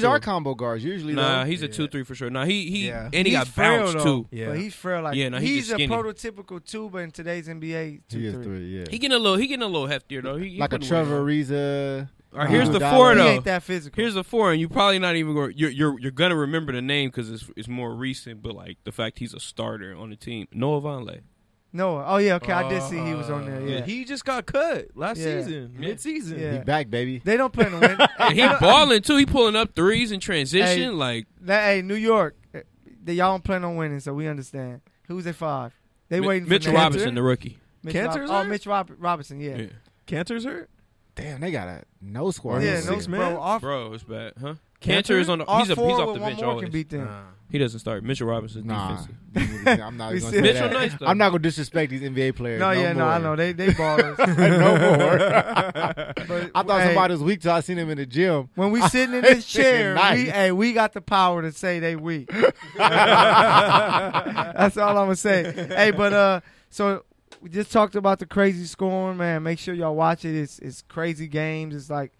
D: for sure.
E: are combo guards usually.
C: Nah,
E: though.
C: he's a
D: Yeah.
C: two three for sure. Nah, he he
D: Yeah.
C: and
B: He's
C: he got
B: frail,
C: bounced
B: though.
C: too.
D: yeah.
B: But he's frail. Like
C: Yeah, no, he
B: he's
C: just
B: a
C: skinny.
B: prototypical tuba in today's NBA. Two,
E: he is
B: three.
E: three. Yeah,
C: He getting a little. He getting a little heftier though. He, he
E: like a
C: putting
E: Trevor
C: weight
E: Ariza.
C: on. All right, here's
E: Nah.
C: the
E: Nah.
C: four
B: He
E: He
C: though.
B: ain't that physical.
C: Here's the four, and you probably not even going. You're you're you're gonna remember the name because it's it's more recent. But like the fact he's a starter on the team, Noah Vonleh.
B: Noah. Oh yeah. Okay, I did see he was on there.
D: Uh,
B: Yeah.
D: He just got cut last
B: Yeah.
D: season,
C: Yeah.
D: mid season.
B: Yeah.
E: He back, baby.
B: they don't play in the win.
C: And he balling too. He pulling up threes in transition.
B: Hey.
C: like
B: That, hey, New York, eh, they, y'all don't plan on winning, so we understand. Who's at five? They
C: Mi-
B: waiting for
C: Mitchell
B: Nance.
C: Robinson, the rookie.
B: Mitch
D: Cantor's
B: Rob- oh,
D: there?
B: Mitch Rob- Robinson, yeah.
C: Yeah.
B: Yeah,
D: Cantor's hurt.
E: Damn, they got a no squad.
D: Yeah,
E: Let's
B: no,
D: six
E: see.
D: man?
B: bro, our,
C: bro, it's bad, huh?
D: Cantor?
C: Cantor is on. The,
B: our
C: he's a, he's
B: four
C: off
B: with
C: the
B: one
C: bench
B: more
C: always.
B: can beat them.
C: He doesn't start. Mitchell Robinson's
E: Nah,
C: defensive.
E: I'm not
B: We
E: even gonna
B: said-
E: say
C: Mitchell
E: that.
C: nice though.
E: I'm not gonna disrespect these NBA players.
B: no, yeah, no, I know
E: more.
B: they they ballers.
E: no more.
B: But,
E: I thought
B: hey,
E: somebody was weak till I seen him in the gym.
B: When we sitting in this chair,
E: Nice.
B: we hey, we got the power to say they weak. That's all I'm gonna say. Hey, but uh, so we just talked about the crazy scoring, man. Make sure y'all watch it. It's it's crazy games. It's like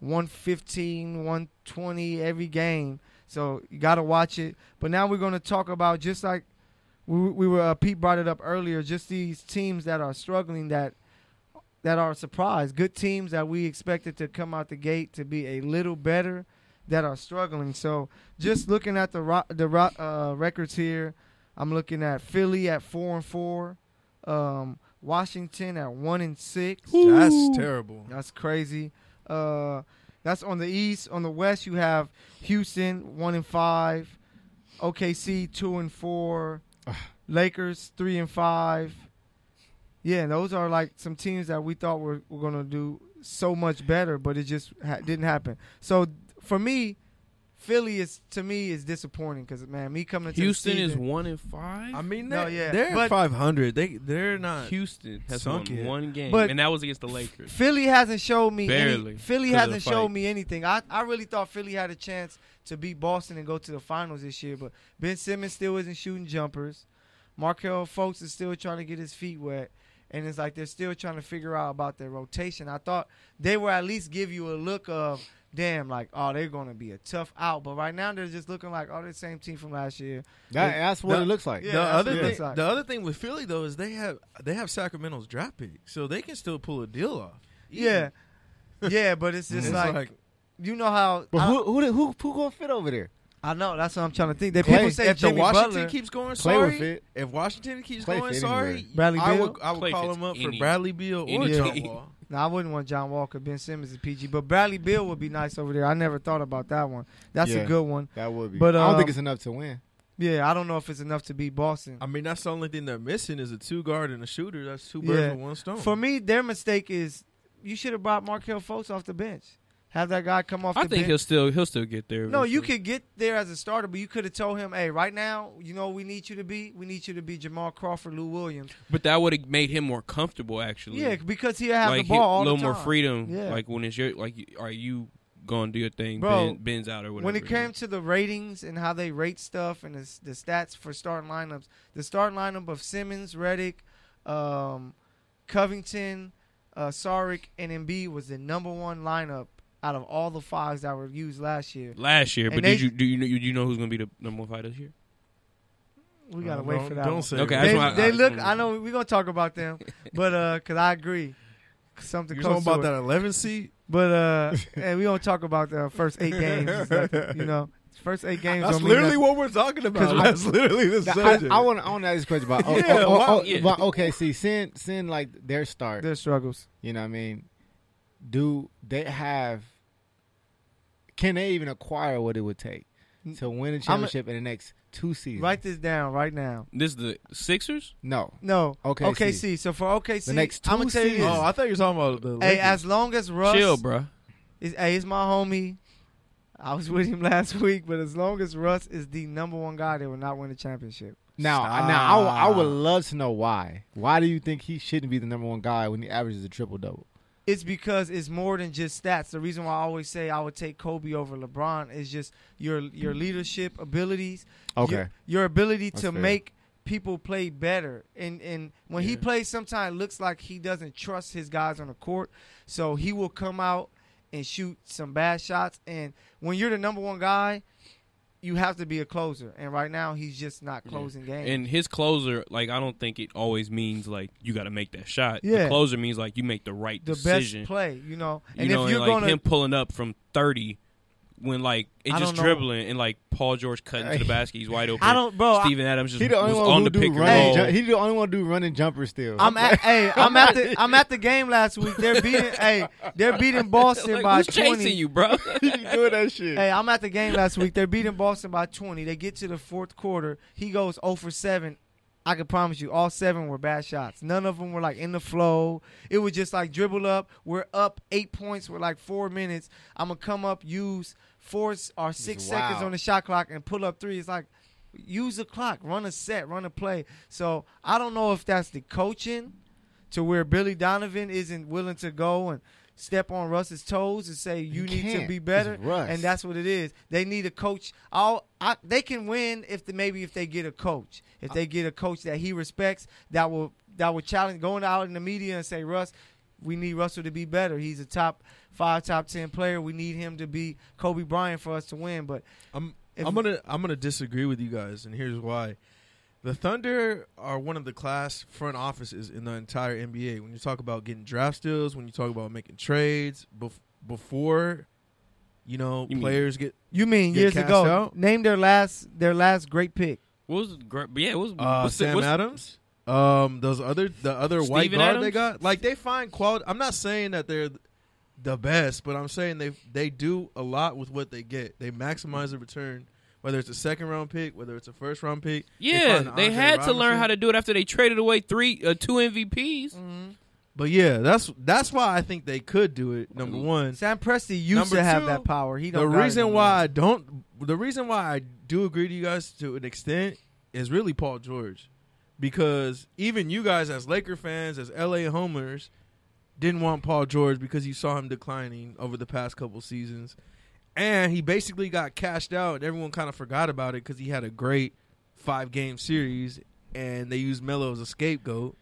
B: 115, 120 every game. So you gotta watch it. But now we're gonna talk about just like we we were uh, Pete brought it up earlier. Just these teams that are struggling that. That are surprised, good teams that we expected to come out the gate to be a little better, that are struggling. So just looking at the ro- the ro- uh, records here, I'm looking at Philly at four and four, um, Washington at one and six.
D: That's terrible.
B: That's crazy. Uh, that's on the east. On the west, you have Houston one and five, OKC two and four, Lakers three and five. Yeah, and those are like some teams that we thought were, were gonna do so much better, but it just ha- didn't happen. So for me, Philly is to me is disappointing because man, me coming to
C: Houston
B: the
C: is
B: season-
C: one and five.
D: I mean,
B: No,
D: they're,
B: yeah,
D: they're
B: but-
D: 500. They they're not.
C: Houston has won
D: Sunk it.
C: one game,
B: But-
C: and that was against the Lakers.
B: Philly hasn't showed me any-
C: Barely,
B: Philly
C: 'cause of
B: hasn't
C: the
B: showed
C: fight.
B: me anything. I, I really thought Philly had a chance to beat Boston and go to the finals this year, but Ben Simmons still isn't shooting jumpers. Markel Folks is still trying to get his feet wet, and it's like they're still trying to figure out about their rotation. I thought they would at least give you a look of damn, like oh they're going to be a tough out, but right now they're just looking like oh they're the same team from last year.
E: That,
D: The-
E: that's what
D: the-
E: it looks like.
B: Yeah,
D: the
B: that's
D: other
B: what it
D: thing,
B: looks like.
D: the other thing with Philly though is they have they have Sacramento's draft pick, so they can still pull a deal off.
B: Yeah, yeah, but it's just
D: It's
B: like,
D: like-
B: you know how
E: But
B: I,
E: who, who who who gonna fit over there?
B: I know that's what I'm trying to think. They
E: Clay-
B: people say
D: if the
B: Jimmy
D: Washington
B: Butler.
D: keeps going
E: Clay would
D: sorry,
E: fit.
D: if Washington keeps
E: Clay
D: going
E: fit
D: sorry,
E: anywhere.
B: Bradley
D: I
B: Beal?
D: would I would
C: Clay
D: call
C: fits
D: him up for
C: any-
D: Bradley Beal or
C: any
D: John
C: team.
D: Wall.
B: No, I wouldn't want John Walker, Ben Simmons, and PG, but Bradley Bill would be nice over there. I never thought about that one. That's
E: Yeah.
B: a good one.
E: That would be.
B: But,
E: I don't
B: um,
E: think it's enough to win.
B: Yeah, I don't know if it's enough to beat Boston.
D: I mean, that's the only thing they're missing is a two guard and a shooter. That's two birds
B: Yeah.
D: with one stone.
B: For me, their mistake is you should have brought Markel Fultz off the bench. Have that guy come off
C: I
B: the
C: think he'll
B: bench.
C: still he'll still get there.
B: no, you
C: eventually.
B: could get there as a starter, but you could have told him, hey, right now, you know what we need you to be? We need you to be Jamal Crawford, Lou Williams.
C: but that would have made him more comfortable. Actually,
B: Yeah, because he'll have
C: like
B: the
C: he-
B: ball all
C: a little
B: the
C: more
B: time.
C: freedom.
B: Yeah.
C: Like when it's your like, you- are you gonna do your thing?
B: Bro,
C: ben, Ben's out or whatever.
B: When it
C: is.
B: came to the ratings and how they rate stuff and the, s- the stats for starting lineups, the starting lineup of Simmons, Reddick, um, Covington, uh, Saric, and Embiid was the number one lineup out of all the fives that were used last year.
C: last year,
B: And
C: but
B: they-
C: did you do you know, you know who's gonna be the number one fighter this year?
B: We gotta
D: Uh, Don't-
B: wait for that.
D: Don't
B: one.
D: say
C: Okay,
D: that.
C: that's
B: they,
C: why I-
B: they
C: I-
B: look. I know we're gonna talk about them, but uh, cause I agree, something
D: You're
B: close
D: talking
B: to
D: about
B: it.
D: that 11 seat.
B: But uh, and we don't talk about the first eight games. It's nothing, you know, first eight games.
D: That's
B: don't mean
D: literally what we're talking about.
B: 'Cause I-
D: That's literally the
E: Now, I,
D: subject.
E: I want to I want to ask this question about oh,
D: Yeah,
E: oh, oh,
D: why-
E: oh,
C: yeah.
E: about- okay. See, send send like their start.
B: nothing. their struggles.
E: You know what I mean? Do they have? Can they even acquire what it would take to win a championship in the next two seasons?
B: Write this down Mm. right now.
C: This is the Sixers.
E: No.
B: No.
E: OKC.
B: OKC. So for OKC,
E: The next
B: I'm gonna
E: two
B: tell you this.
E: seasons.
D: oh, I thought you were talking about the
B: hey,
D: Lakers.
B: as long as Russ
C: Chill, bro.
B: is, hey, is my homie. I was with him last week, but as long as Russ is the number one guy, they will not win the championship.
E: Now,
D: Stop.
E: now I, w- I would love to know why. Why do you think he shouldn't be the number one guy when he averages a triple double?
B: It's because it's more than just stats. The reason why I always say I would take Kobe over LeBron is just your your leadership abilities. Your, your ability
E: That's
B: to
E: fair.
B: make people play better. And and when he
C: Yeah.
B: plays sometimes it looks like he doesn't trust his guys on the court. So he will come out and shoot some bad shots. And when you're the number one guy, you have to be a closer. And right now he's just not
C: Yeah.
B: closing games.
C: And his closer, like I don't think it always means like you got to make that shot.
B: Yeah.
C: The closer means like you make the right
B: the
C: decision.
B: best play, you know.
C: You
B: And
C: know,
B: if you're
C: and, like
B: gonna
C: him pulling up from thirty when like it's
B: I
C: just
B: don't know.
C: dribbling and like Paul George cutting to the basket, he's wide open.
B: I don't bro, I,
C: Steven Adams just
E: He the only
C: was
E: one
C: on
E: who
C: the
E: do
C: pick and
E: running.
C: roll.
E: Ju- he the only one who do running jumper still.
B: I'm at hey, I'm at the I'm at the game last week. They're beating hey, they're beating Boston
C: Like,
B: by
C: who's
B: 20.
C: chasing you, bro?
E: he be doing that shit.
B: Hey, I'm at the game last week. They're beating Boston by 20. They get to the fourth quarter. He goes 0 for 7. I can promise you, all seven were bad shots. None of them were like in the flow. It was just like dribble up. We're up eight points with like four minutes. I'm gonna come up, use four s- or six
E: wow.
B: seconds on the shot clock, and pull up three. It's like use the clock, run a set, run a play. So I don't know if that's the coaching to where Billy Donovan isn't willing to go and step on Russ's toes and say you,
E: He
B: need to
E: can't.
B: be better,
E: It's Russ.
B: and that's what it is. They need a coach. All I, they can win if the, maybe if they get a coach, if they get a coach that he respects, that will that will challenge going out in the media and say Russ. We need Russell to be better. He's a top five, top ten player. We need him to be Kobe Bryant for us to win. But
D: I'm
B: If-
D: I'm gonna I'm gonna disagree with you guys, and here's why. The Thunder are one of the class front offices in the entire NBA. When you talk about getting draft deals, when you talk about making trades bef- before, you know,
C: You mean-
D: players get
B: you mean
D: Get
B: years
D: cast
B: ago?
D: out?
B: Name their last their last great pick.
C: What was the gr- yeah? What was
D: Uh,
C: what's the-
D: Sam
C: what's-
D: Adams. Um, those other the other white
C: Steven
D: guard
C: Adams?
D: they got, like they find quality. I'm not saying that they're the best, but I'm saying they they do a lot with what they get. They maximize the return, whether it's a second round pick, whether it's a first round pick.
C: Yeah,
D: find
C: they
D: Andre
C: had to learn
D: Robinson.
C: how to do it after they traded away three, uh, two MVPs.
B: Mm.
D: But yeah, that's that's why I think they could do it. Number one,
B: Sam Presti used
D: Number
B: to have
D: two,
B: that power. He don't
D: the
B: got it
D: reason
B: anymore.
D: why I don't, the reason why I do agree to you guys to an extent is really Paul George, because even you guys as Laker fans, as LA homers, didn't want Paul George because you saw him declining over the past couple seasons, and he basically got cashed out, and everyone kind of forgot about it because he had a great five game series, and they used Melo as a scapegoat.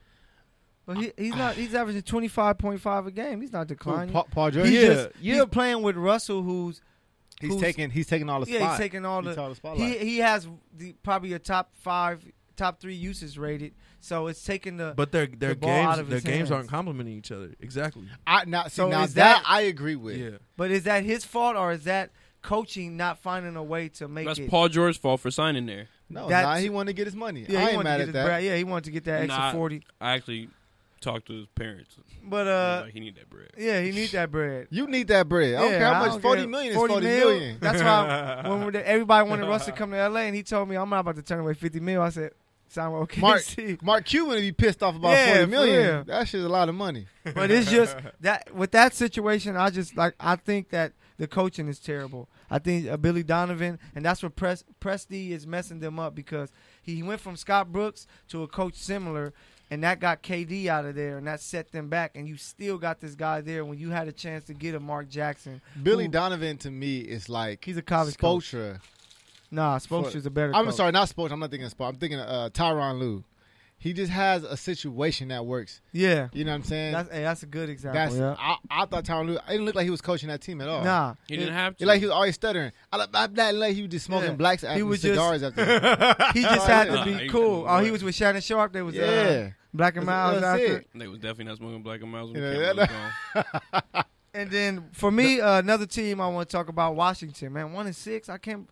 B: But he, he's not. He's averaging twenty five point five a game. He's not declining.
E: Paul, Paul George.
B: He's
D: Yeah,
B: just,
D: yeah.
B: He's playing with Russell, who's
E: he's
B: who's-
E: taking he's taking all the
B: yeah, he's
E: spots.
B: taking all
E: He's
B: the.
E: all the
B: He
E: spotlight.
B: he has the, probably a top five, top three uses rated. So it's taking the.
D: But their their
B: The ball out
D: games
B: of
D: their
B: his
D: games
B: hands.
D: aren't complementing each other exactly.
E: I, now, so
B: So
E: now
B: is
E: that,
B: that-
E: I agree with.
D: Yeah.
B: But is that his fault or is that coaching not finding a way to make
C: That's
B: it?
C: Paul George's fault for signing there.
E: No,
B: That's-
E: nah, he wanted to get his money.
B: yeah,
E: I
B: he
E: ain't
B: wanted
E: mad
B: to get
E: at
B: his
E: that.
B: bread. Yeah, he wanted to get that extra
C: Nah.
B: forty.
C: I actually talked to his parents.
B: But uh,
C: like, he need that bread.
B: yeah, he needs that bread.
E: You need that bread. I don't
B: Yeah,
E: care how
B: I
E: much.
B: don't
E: Forty
B: care.
E: million is
B: 40
E: forty
B: mil?
E: million.
B: That's why when we- everybody wanted Russ to come to LA, and he told me I'm not about to turn away 50 mil. I said, "Sound okay?"
E: Mark Mark Cuban would be pissed off about
B: Yeah,
E: forty
B: for
E: million.
B: real.
E: That shit's a lot of money.
B: but it's just that with that situation, I just like I think that the coaching is terrible. I think uh, Billy Donovan, and that's what Pres- Presti is messing them up because he went from Scott Brooks to a coach similar, and that got KD out of there, and that set them back. And you still got this guy there when you had a chance to get a Mark Jackson.
E: Billy
B: Ooh.
E: Donovan to me is like
B: He's a college coach.
E: Spoelstra.
B: Nah, Spoelstra's a better.
E: I'm
B: coach.
E: sorry, not Spoelstra. I'm not thinking of Spoelstra. I'm thinking of uh, Tyron Lue. He just has a situation that works.
B: Yeah,
E: You know what I'm saying?
B: that's hey, that's a good example.
E: That's
B: yeah.
E: I, I thought Tyron Lue. It didn't look like he was coaching that team at all.
B: Nah,
C: He didn't have to.
E: It, like he was always stuttering. I like blah, blah, blah. He was just smoking
B: Yeah.
E: blacks
B: He
E: after
B: was just-
E: cigars after. that.
B: he just
E: Oh,
B: had
E: yeah.
B: to
C: Nah,
B: be
C: he-
B: cool. Oh, he was with Shannon Sharp. They was uh,
E: yeah.
B: Black and
E: That's-
B: Miles
E: that's
B: after.
E: it.
C: They was definitely not smoking black and miles. When
E: Yeah,
C: Cameron
E: that-
C: was gone.
B: And then for me, uh, another team I want to talk about Washington. Man, one and six. I can't.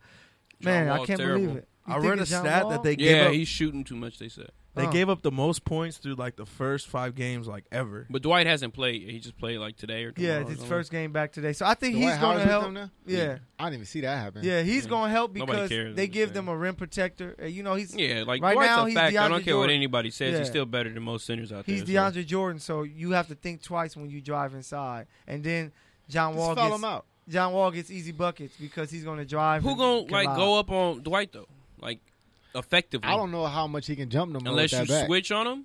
C: John
B: Man, I
C: Wall's
B: can't
C: terrible.
B: believe it. You
D: I
B: think
D: read a
B: it's John
D: stat
B: Wall?
D: that they gave
C: Yeah,
D: up.
C: he's shooting too much. They said,
D: They
B: Huh.
D: gave up the most points through like the first five games like ever.
C: but Dwight hasn't played. He just played like today or tomorrow.
B: Yeah,
C: or
B: it's his
C: something.
B: first game back today, so I think
E: Dwight
B: he's going
E: Howard's
B: to
E: with
B: help.
E: them now?
B: Yeah,
E: I didn't even see that happen.
B: yeah, he's
C: Yeah.
B: going to help
C: Nobody
B: because
C: cares,
B: they
C: I'm
B: give
C: saying.
B: them a rim protector. Uh, You know, he's
C: Yeah, like
B: Right
C: Dwight's
B: now,
C: a
B: he's
C: fact. I
B: DeAndre
C: don't care what
B: Jordan.
C: anybody says.
B: Yeah.
C: He's still better than most centers out
B: he's
C: there. so-
B: DeAndre Jordan, so you have to think twice when you drive inside. And then John
E: Just
B: Wall
E: foul
B: gets Mm-hmm.
E: him out.
B: John Wall gets easy buckets because he's going to drive.
C: Who
B: and
C: gonna
B: can
C: like
B: lob.
C: go up on Dwight though? Like effectively.
E: I don't know how much he can jump no more.
C: Unless
E: with
C: you
E: that back.
C: switch on him.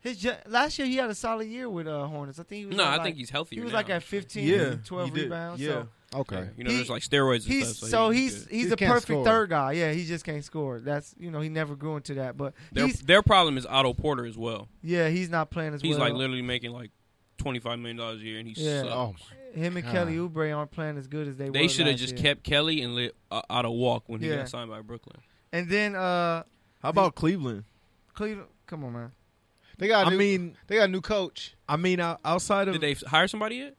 B: His ju- last year he had a solid year with uh, Hornets. I think he was
C: No,
B: at,
C: I
B: like-
C: think he's healthier.
B: he was
C: now.
B: like at 15,
D: Yeah,
B: 12
D: he did.
B: rebounds.
D: Yeah.
B: So
E: Okay.
C: You know,
B: He-
C: there's like steroids and
B: he's
C: stuff.
B: so
C: he-
B: he's
C: good.
B: he's
E: He
B: the
E: can't
B: perfect
E: score.
B: third guy. Yeah, he just can't score. That's you know he never grew into that. But
C: their
B: he's
C: their problem is Otto Porter as well.
B: yeah he's not playing as
C: He's
B: well.
C: like literally making like twenty five million dollars a year, and he's
B: Yeah.
C: sucks.
E: Oh
B: Him and
E: God.
B: Kelly Oubre aren't playing as good as they, were.
C: They should have
B: last
C: just
B: year.
C: kept Kelly and let uh, Otto walk when he
B: Yeah.
C: got signed by Brooklyn.
B: And then uh
D: How about Cleveland?
B: Cleveland, come on man.
E: They got. A
D: I
E: new,
D: mean,
E: they got a new coach.
D: I mean, out- outside of
C: Did they hire somebody yet?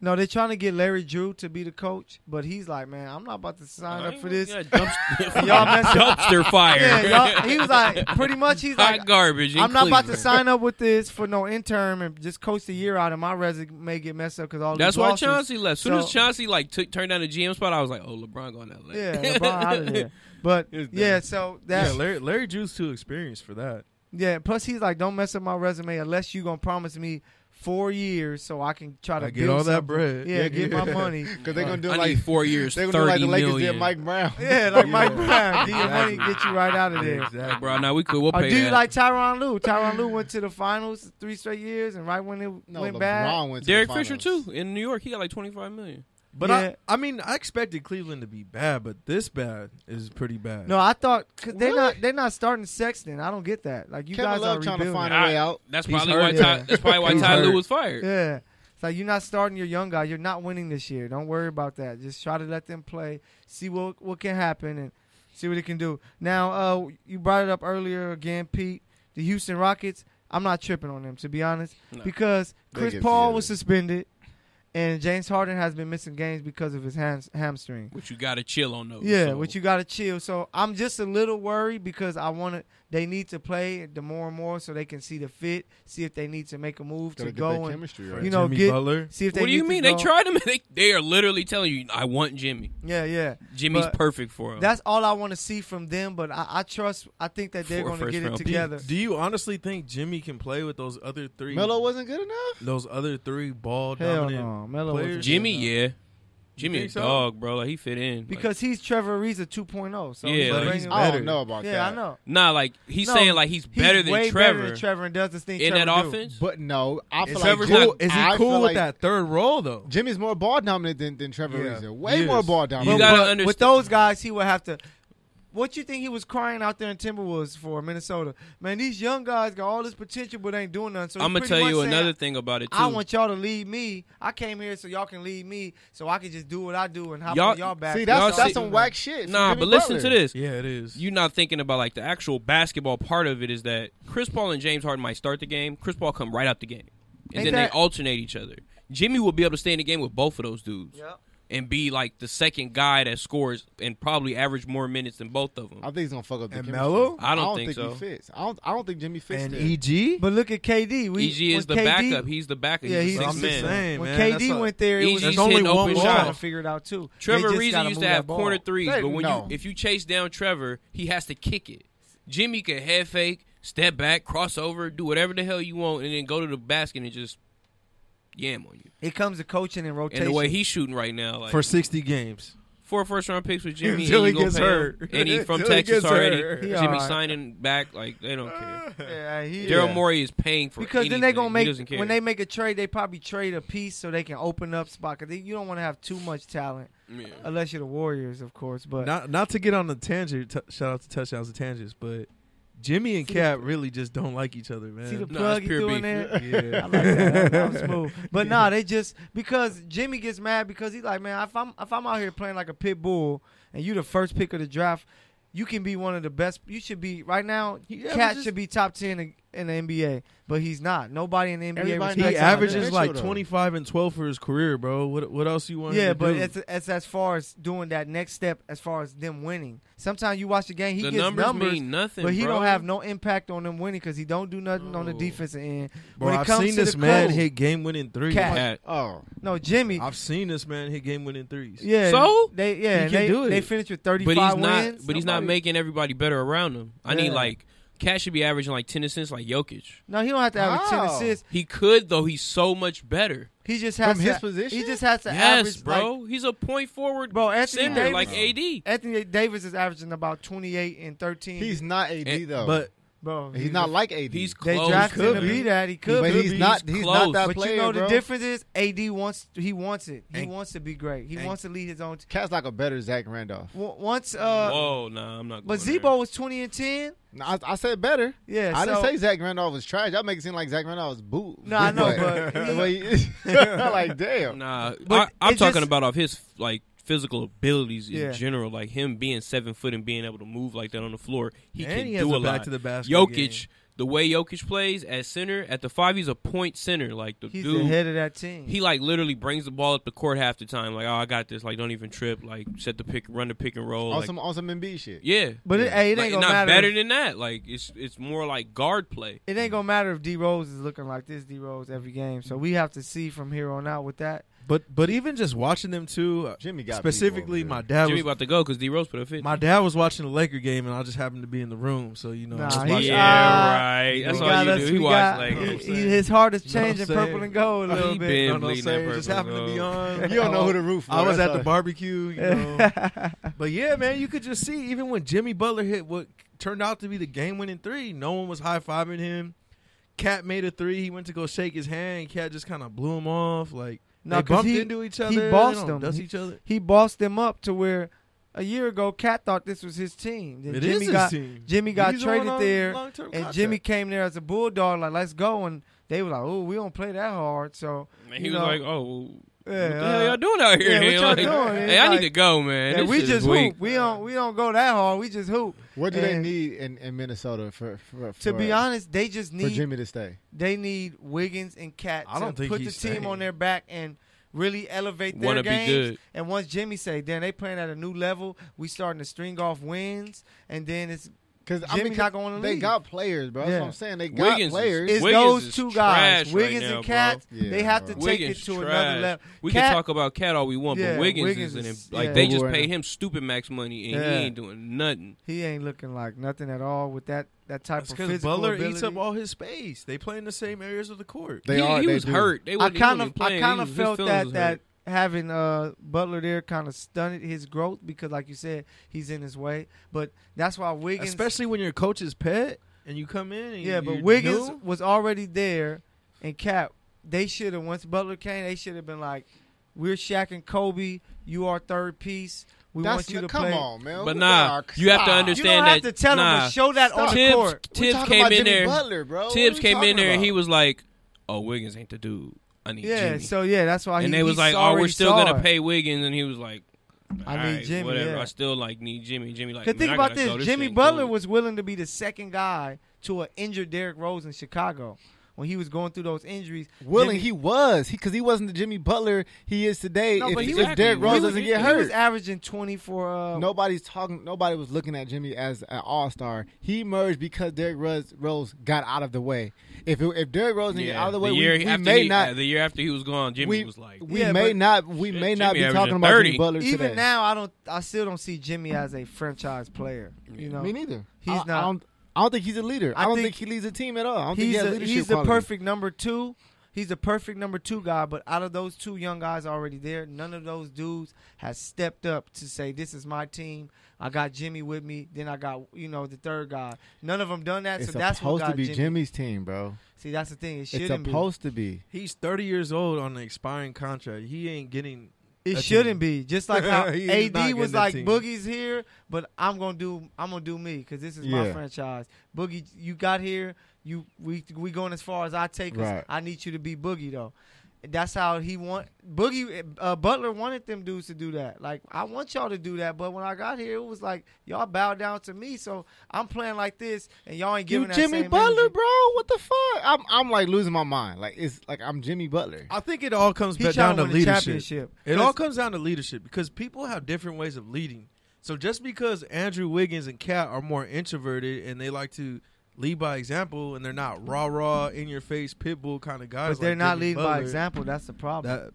B: No, they're trying to get Larry Drew to be the coach, but he's like, man, I'm not about to sign
C: I
B: up
C: ain't
B: for
C: gonna-
B: this.
C: yeah, dumpster,
B: Y'all messing-
C: dumpster fire.
B: Yeah, y'all, he was like, pretty much, he's
C: Hot
B: like,
C: garbage. in
B: I'm not about to
C: Cleveland.
B: sign up with this for no interim and just coach the year out, and my resume get messed up because all
C: That's
B: these
C: why
B: losses.
C: Chauncey left. As soon as
B: So-
C: Chauncey like took turned down the GM spot, I was like, "Oh, LeBron going to LA."
B: Yeah, LeBron out of there. But
C: It was dumb.
B: yeah, so
D: yeah,
B: that's yeah,
D: Larry, Larry Drew's too experienced for that.
B: Plus, he's like, don't mess up my resume unless you gonna promise me four years so I can try to
D: I get
B: build
D: all that
B: something.
D: bread.
B: Yeah, get my money.
E: Because they're gonna do
C: I
E: it like
C: need four years,
E: they're
C: thirty
E: gonna do like the Lakers
C: million.
E: did Mike Brown.
B: Uh, Yeah, like
D: Yeah.
B: Mike Brown, get your money,
D: Exactly.
B: get you right out of there.
D: Exactly.
C: bro. Now we could. We'll
B: Or
C: pay
B: do you
C: that.
B: like Tyron Lue? Tyron Lue went to the finals three straight years, and right when it
E: No,
B: went
E: LeBron
B: bad,
E: went to the
C: Derek Fisher
E: finals.
C: too in New York. He got like twenty five million.
D: But
B: Yeah.
D: I, I mean, I expected Cleveland to be bad, but this bad is pretty bad.
B: no, I thought because they're
E: Really?
B: not they're not starting Sexton. I don't get that. Like you
E: Kevin
B: guys
E: Love
B: are
E: trying to
B: rebuilding.
E: find a way
C: I-
E: out.
C: That's
D: He's
C: probably why.
D: hurt.
C: Ty, that's probably why
D: He's
C: Ty Lue
D: hurt.
C: was fired.
B: Yeah. It's like you're not starting your young guy. You're not winning this year. Don't worry about that. Just try to let them play. See what what can happen and see what it can do. Now, uh, you brought it up earlier again, Pete. The Houston Rockets. I'm not tripping on them to be honest
C: No.
B: because
E: They
B: Chris
E: get
B: Paul
E: together.
B: was suspended And James Harden has been missing games because of his hands, hamstring.
C: Which you gotta chill on those.
B: Yeah,
C: so-
B: which you got to chill. So I'm just a little worried because I want to. They need to play the more and more so they can see the fit, see if they need to make a move to
E: Gotta get that
B: go and
E: chemistry right.
B: you know
D: Jimmy
B: get
D: Butler.
B: see if they.
C: What do
B: need
C: you
B: to
C: mean? They
B: go-
C: tried him. They they are literally telling you, I want Jimmy.
B: Yeah, yeah.
C: Jimmy's
B: But
C: perfect for him.
B: That's all I want to see from them. But I, I trust. I think that they're
C: Four
B: going to get it
C: first-round
B: together.
D: Do you honestly think Jimmy can play with those other three?
E: Melo wasn't good enough.
D: those other three ball
B: Hell
D: dominant.
B: no, Melo
D: players.
B: wasn't-
C: Jimmy,
D: Yeah.
C: yeah. Jimmy a
D: think so?
C: dog, bro. Like he fit in. Like,
B: because he's Trevor Ariza 2.0. So
C: Yeah,
B: he's
C: like,
B: bringing-
D: he's
E: I
D: Better.
E: don't know about
B: yeah,
E: that.
B: I know.
C: nah, like he's
B: No,
C: saying like he's better
B: he's
C: than
B: way
C: Trevor
B: better than Trevor and does this thing
C: in
B: Trevor
C: that
B: do.
C: offense.
E: But no, I feel
D: Is,
C: Trevor's
D: he
E: like
D: cool,
C: not-
E: Jimmy-
D: is he
E: I feel
D: cool with
E: like
D: that third role though?
E: Jimmy's more ball dominant than, than Trevor
D: Yeah,
E: Ariza.
D: he
E: Way
D: is.
E: more ball
C: You
E: dominant.
B: But,
C: gotta
B: but
C: understand-
B: with those guys, he would have to. What you think he was crying out there in Timberwolves for Minnesota? Man, these young guys got all this potential, but ain't doing nothing. So
C: I'm gonna
B: pretty
C: tell
B: much
C: you
B: saying,
C: another thing about it too.
B: I want y'all to lead me. I came here so y'all can lead me, so I can just do what I do and hop
C: Y'all-
B: on y'all back.
E: See, that's
C: Y'all
E: that's
C: see-
E: some whack shit. from
C: nah,
E: Jimmy
C: but listen
E: Butler.
C: to this.
D: Yeah, it is.
C: You're not thinking about like the actual basketball part of it is that Chris Paul and James Harden might start the game. Chris Paul come right out the game, and
B: Ain't
C: then
B: that-
C: they alternate each other. Jimmy will be able to stay in the game with both of those dudes
B: Yep.
C: and be like the second guy that scores and probably average more minutes than both of them.
E: I think he's gonna fuck up the
D: And
E: chemistry.
D: Melo?
C: I don't think so.
E: he fits. I don't. I don't think Jimmy fits.
D: and
E: there.
B: E
D: EG.
B: But look at KD. We,
C: EG E is the
B: when KD
C: backup. He's the backup.
B: Yeah,
C: he's
B: he's-
C: the
D: I'm
C: sixth
D: just
C: man.
D: saying,
B: when
D: man, that's
B: KD
D: a-
B: went there, it
C: EG's
B: was
D: There's
C: He's
D: only
C: hitting
D: one
C: open
D: more.
B: trying to
C: shots.
B: figure it out too. They
C: Trevor
B: just gotta
C: Reason used
B: move
C: to have
B: that ball.
C: corner threes,
E: They-
C: but when
E: no.
C: you if you chase down Trevor, he has to kick it. Jimmy can head fake, step back, cross over, do whatever the hell you want, and then go to the basket and just yam on you.
B: It comes to coaching and rotation.
C: And the way he's shooting right now, like
D: for 60 games.
C: four first round picks with Jimmy,
D: Until
C: and
D: he
C: you gonna
D: gets
C: pay him.
D: hurt.
C: and he from
D: Until he
C: Texas
D: gets
C: already.
D: hurt.
B: He
C: Jimmy
B: alright.
C: signing back, like they don't care.
B: yeah, he,
C: Daryl Morey is paying for
B: Because then they
C: anything.
B: gonna
C: He doesn't
B: make
C: care.
B: when they make a trade, they probably trade a piece so they can open up spot. Cause they- you don't want to have too much talent
C: Yeah.
B: unless you're the Warriors, of course. But
D: Not not to get on the tangent. T- shout out to touchdowns and tangents, but Jimmy and
B: See the-
D: Cap really just don't like each other, man.
B: see the
C: it's
B: plug you
C: pure
B: doing
C: beef.
B: there. I
D: yeah.
B: like that. That was smooth. But nah, they just because Jimmy gets mad because he's like, man, if I'm if I'm out here playing like a pit bull and you the first pick of the draft, you can be one of the best. You should be right now.
D: Yeah, but
B: Cat
D: just-
B: should be top ten in, in the NBA, but he's not. Nobody in the NBA.
E: Everybody
B: respects
E: knows
B: him
D: he
E: That's
D: averages
E: Donovan
D: like
E: Mitchell, though.
D: 25 and 12 for his career, bro. What what else you want? him
B: Yeah,
D: to
B: but
D: do?
B: it's, it's as far as doing that next step, as far as them winning. Sometimes you watch the game, he
C: the
B: gets
C: numbers,
B: numbers,
C: mean nothing,
B: but he
C: bro.
B: don't have no impact on them winning because he don't do nothing on the
C: No.
B: defensive end.
D: bro,
B: when it
D: I've
B: comes
D: seen
B: to
D: this
B: the
D: man
B: close-
D: hit game winning threes.
B: Cat.
C: Cat.
E: Oh,
B: No, Jimmy.
D: I've seen this man hit game winning threes.
B: yeah,
C: So?
B: they yeah
D: He
B: and
D: can
B: they,
D: do it.
B: They finished with thirty
C: But
B: five
C: he's
B: wins.
C: not. But he's not
B: Somebody-
C: making everybody better around him. I
B: Yeah.
C: need like Cat should be averaging like ten assists, like Jokic.
B: No, he don't have to have a ten
E: Wow.
B: assists.
C: He could though. He's so much better.
B: He just has
E: From
B: to,
E: his position?
B: He just has to
C: yes,
B: average
C: bro.
B: Like,
C: he's a point forward,
B: Bro, Anthony
C: center
B: Davis-
C: like AD.
B: Anthony Davis is averaging about twenty eight and thirteen.
E: he's not AD
C: And-
E: though.
D: But
B: bro.
E: he's not like AD.
C: He's
B: they
C: close.
B: drafted him to
C: man.
B: be that. He could
E: but
B: be.
E: he's not.
C: He's
E: He's
C: close.
E: not that
B: but
E: player,
B: you know the
E: bro.
B: difference is AD wants he wants it. He
D: And-
B: wants to be great. He
D: and-
B: wants to lead his own. T-
E: Cat's like a better Zach Randolph.
B: W- once, uh,
C: Whoa, nah, I'm not.
B: but
C: going
B: Zebo was twenty and ten.
E: No, I, I said better.
B: Yeah,
E: I
B: so,
E: didn't say Zach Randolph was trash. Y'all make it seem like Zach Randolph was boot.
B: No, I know, but-
E: the way he- like
C: there.
E: damn.
C: Nah,
B: But
C: I, I'm
B: it
C: talking
B: just-
C: about off his like physical abilities in
B: Yeah.
C: general, like him being seven foot and being able to move like that on the floor. He
D: and
C: can
D: he has
C: do a
D: a
C: lot.
D: back to the basket.
C: Jokic,
D: game.
C: the way Jokic plays at center, at the five, he's a point center. Like the
B: he's the
C: dude,
B: head of that team.
C: he like literally brings the ball up the court half the time. Like, oh, I got this. Like, don't even trip. Like, set the pick, run the pick and roll.
E: on
C: Like,
E: some on some Embiid shit.
C: yeah,
B: but it, hey, Oh, it ain't
C: Like,
B: gonna
C: not
B: matter.
C: better
B: if-
C: than that. Like, it's it's more like guard play.
B: it ain't gonna matter if D Rose is looking like this D Rose every game. So we have to see from here on out with that.
D: But but even just watching them too, uh,
E: Jimmy got
D: specifically
E: people
D: my
E: over
D: dad
C: Jimmy
D: was
C: about to go because D Rose put a fit.
D: my dad was watching the Laker game and I just happened to be in the room, so you know.
B: Nah,
D: I was
B: he-
C: yeah,
D: watching-
B: uh,
C: right. That's
B: We
C: all
B: got
C: you
B: us-
C: do. He
B: we
C: watched
B: got-
C: like
D: Know what I'm
B: he-
D: saying?
B: his heart is
D: Know what I'm
B: changing purple
D: saying?
B: and gold a
D: He
B: little
C: been
B: bit.
D: You know what I'm
C: bleeding that
D: saying? Just
C: purple
D: happened to be
C: gold.
D: on.
E: there. You don't know who the roof.
D: I was at the
E: bar.
D: barbecue, you know. but yeah, man, you could just see even when Jimmy Butler hit what turned out to be the game winning three, no one was high fiving him. Cat made a three. He went to go shake his hand. Cat just kind of blew him off. Like
B: No,
D: they
B: 'cause
D: bumped
B: he-
D: into each other. They
B: bossed
D: don't
B: him.
D: Dust
B: He-
D: each other.
B: he bossed them up to where a year ago Cat thought this was his team. Then
D: It is
B: Jimmy
D: his
B: got
D: team.
B: Jimmy got
D: He's on
B: traded
D: a
B: there,
D: long-term
B: and
D: contract.
B: Jimmy came there as a bulldog, like let's go, and they were like, oh, we don't play that hard, so
C: And he
B: you
C: was
B: know,
C: like, "Oh, well,
B: yeah,
C: what the hell
B: uh,
C: y'all doing out here?
B: yeah, what
C: man?
B: y'all
C: Like,
B: doing? It's
C: Hey, I
B: like-
C: need to go, man.
B: yeah,
C: This
B: we
C: shit
B: just
C: is weak.
B: hoop. We don't we don't go that hard. We just hoop.
E: What do they
B: And-
E: need in, in Minnesota for, for, for
B: To be honest, they just
E: for
B: need
E: Jimmy to stay?
B: they need Wiggins and Cat
D: I don't
B: to
D: think
B: put the
D: he's
B: team
D: staying.
B: on their back and really elevate their
C: Wanna be
B: games.
C: good.
B: And once Jimmy say, then they playing at a new level. We starting to string off wins, and then it's
E: Because
B: Jimmy not gonna
E: They
B: leave.
E: got players, bro. That's
B: Yeah.
E: what I'm saying. They got
C: Wiggins is-
E: players.
B: it's
C: Wiggins
B: those
C: is
B: two
C: trash
B: guys,
C: right
B: Wiggins
C: now, bro.
B: and Cats.
E: Yeah,
B: they have to
E: bro.
B: take
C: Wiggins
B: it to
C: trash.
B: another level.
C: We
B: Cat-
C: can talk about Cat all we want,
B: Yeah,
C: but Wiggins,
B: Wiggins
C: is,
B: is-
C: in, like
B: yeah.
C: they just
E: Over
C: pay
E: and-
C: him stupid max money and
B: Yeah.
C: he ain't doing nothing.
B: He ain't looking like nothing at all with that that type of
D: because
B: physical
D: Butler
B: ability.
D: eats up all his space. They play in the same areas of the court.
E: they
C: he,
E: are.
C: he
E: they
C: was
E: do.
C: hurt. They
B: I
C: wasn't- he
B: kind
C: wasn't
B: of
C: even
B: I
C: playing.
B: kind of
C: He- his
B: felt
C: feelings
B: that
C: was
B: that
C: hurt.
B: having uh, Butler there kind of stunted his growth because, like you said, he's in his way. But that's why Wiggins,
D: Especially when your coach is pet and you come in. And
B: yeah,
D: you-
B: but
D: you
B: Wiggins
D: new.
B: was already there, and Cap. They should have once Butler came, they should have been like, "We're Shaq and Kobe. You are third piece. We
E: That's
B: want you to
E: come
B: play."
E: on, man.
C: But
E: We
C: nah,
E: are-
C: you have to
E: stop.
B: You
C: understand
B: don't have to
C: that.
B: tell
C: nah,
B: them to show that on the
C: Tibbs,
B: court.
E: We
C: Tibbs
E: talking
C: came
E: about
C: in
E: Jimmy
C: there.
E: Butler, bro. What
C: Tibbs
E: we
C: came in
E: talking
C: there and
E: about?
C: he was like, "Oh, Wiggins ain't the dude. I need
B: Yeah,
C: Jimmy."
B: so yeah, that's why.
C: and
B: he,
C: they
B: he
C: was like,
B: saw
C: "Oh,
B: it,
C: we're
B: he
C: still
B: saw
C: gonna
B: it.
C: pay Wiggins," and he was like,
B: I need
C: "Alright,
B: Jimmy,
C: Whatever.
B: yeah.
C: I still like need Jimmy. Jimmy like.
B: Because
C: man,
B: think
C: I
B: about
C: gotta go.
B: this: Jimmy
C: thing
B: Butler
C: cool."
B: was willing to be the second guy to an injured Derrick Rose in Chicago when he was going through those injuries.
E: Willing
B: Jimmy-
E: he was because he, wasn't the Jimmy Butler he is today.
B: No,
E: if,
B: but he
E: if
B: was-
E: Derrick
C: he
E: Rose
C: was-
E: doesn't
C: he
E: get
B: He was
E: hurt,
B: averaging twenty for uh,
E: nobody's talking. Nobody was looking at Jimmy as an All Star. He emerged because Derrick Rose, Rose got out of the way. If it, if Derrick Rose didn't get out of the way,
C: year
E: we, we
C: after
E: may
C: he,
E: not.
C: The year after he was gone, Jimmy
E: we
C: was like,
E: we
B: Yeah,
E: may
B: but-
E: not. We
C: Shit,
E: may not
C: Jimmy
E: be
C: averaging
E: talking about
C: 30.
E: Jimmy Butler
B: Even
E: today.
B: now, I don't. I still don't see Jimmy as a franchise player. You know,
E: Me neither.
B: He's
E: I,
B: not-
E: I don't, I don't think he's a leader.
B: I
E: I don't
B: think-
E: think, he leads a team at all. I don't think he
B: he's
E: has
B: a,
E: leadership
B: he's the
E: qualities.
B: perfect number two. He's the perfect number two guy, but out of those two young guys already there, none of those dudes has stepped up to say, "This is my team. I got Jimmy with me." Then I got you know the third guy. None of them done that,
E: It's
B: so that's what
E: supposed
B: got
E: to be
B: Jimmy.
E: Jimmy's team, bro.
B: See, that's the thing. It
E: It's
B: shouldn't be.
E: supposed to be.
D: He's 30 years old on an expiring contract. He ain't getting.
B: It
D: a
B: shouldn't
D: team.
B: be. Just like how
D: He's not
B: AD
D: getting
B: was
D: a
B: like,
D: team.
B: "Boogie's here, but I'm gonna do. I'm gonna do me because this is my
E: Yeah.
B: franchise. Boogie, you got here. You we we going as far as I take us.
E: Right.
B: I need you to be Boogie though. That's how he want Boogie uh, Butler wanted them dudes to do that. Like I want y'all to do that, but when I got here, it was like y'all bow down to me. So I'm playing like this, and y'all ain't
E: You
B: giving that
E: Jimmy
B: same
E: Butler,
B: energy.
E: bro? What the fuck? I'm I'm like losing my mind. Like it's like I'm Jimmy Butler.
D: I think it all comes
B: He
D: back
B: trying
D: down
B: to
D: to
B: win the
D: leadership.
B: championship.
D: It all comes down to leadership because people have different ways of leading. So just because Andrew Wiggins and Cat are more introverted and they like to lead by example and they're not rah rah in your face pitbull kind of guys,
B: But they're
D: like
B: not
D: Jimmy
B: leading by
D: Butler,
B: example. That's the problem.
D: That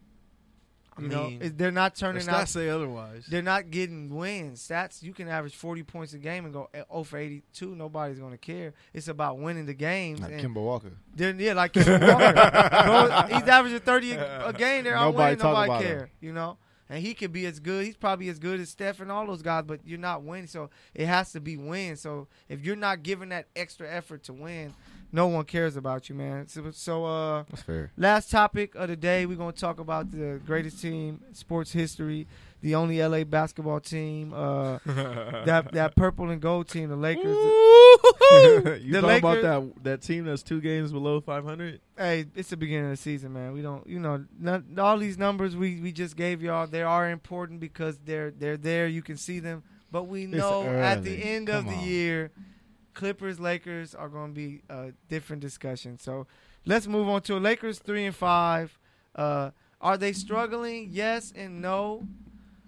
D: I
B: you
D: mean,
B: know, It- they're not turning
D: let's
B: out
D: not say otherwise.
B: They're not getting wins. Stats, you can average 40 points a game and go 0 for 82. Nobody's going to care. It's about winning the games.
E: Like
B: And
E: Kimber Walker.
B: they're, yeah, like Kim Walker. Bro, he's averaging 30 a, a game. They're all
E: Nobody
B: winning.
E: talk
B: Nobody
E: about
B: care, you know? And he could be as good. He's probably as good as Steph and all those guys, but you're not winning. So it has to be win. So if you're not giving that extra effort to win, no one cares about you, man. So, so uh,
E: That's fair.
B: Last topic of the day, we're going to talk about the greatest team in sports history, the only LA basketball team, uh, that that purple and gold team, the Lakers.
D: you talking
B: The Lakers-
D: about that that team that's two games below 500?
B: hey, it's the beginning of the season, man. We don't, you know, none, all these numbers we, we just gave y'all, they are important because they're they're there. You can see them, but we know at the
E: early.
B: end of
E: Come
B: the
E: on.
B: year, Clippers Lakers are going to be a different discussion. So let's move on to Lakers three and five. Uh, are they struggling? Yes and no.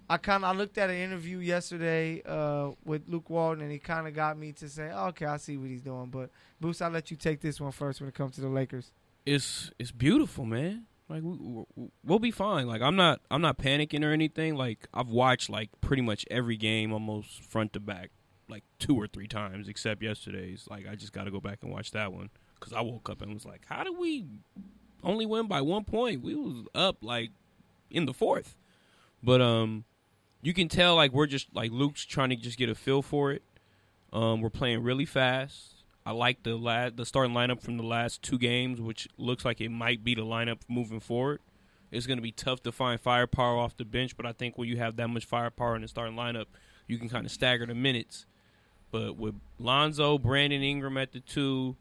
B: I kind of I looked at an interview yesterday uh, with Luke Walton, and he kind of got me to say, "Okay, I see what he's doing." But Boost, I'll let you take this one first when it comes to the Lakers.
C: it's it's beautiful, man. Like we, we- we'll be fine. Like I'm not I'm not panicking or anything. Like I've watched like pretty much every game almost front to back, like two or three times, except yesterday's. Like I just got to go back and watch that one because I woke up and was like, how did we only win by one point? We was up like in the fourth, but um, you can tell like we're just like Luke's trying to just get a feel for it. Um, we're playing really fast. I like the la- the starting lineup from the last two games, which looks like it might be the lineup moving forward. It's going to be tough to find firepower off the bench, but I think when you have that much firepower in the starting lineup, you can kind of stagger the minutes. But with Lonzo, Brandon Ingram at the two,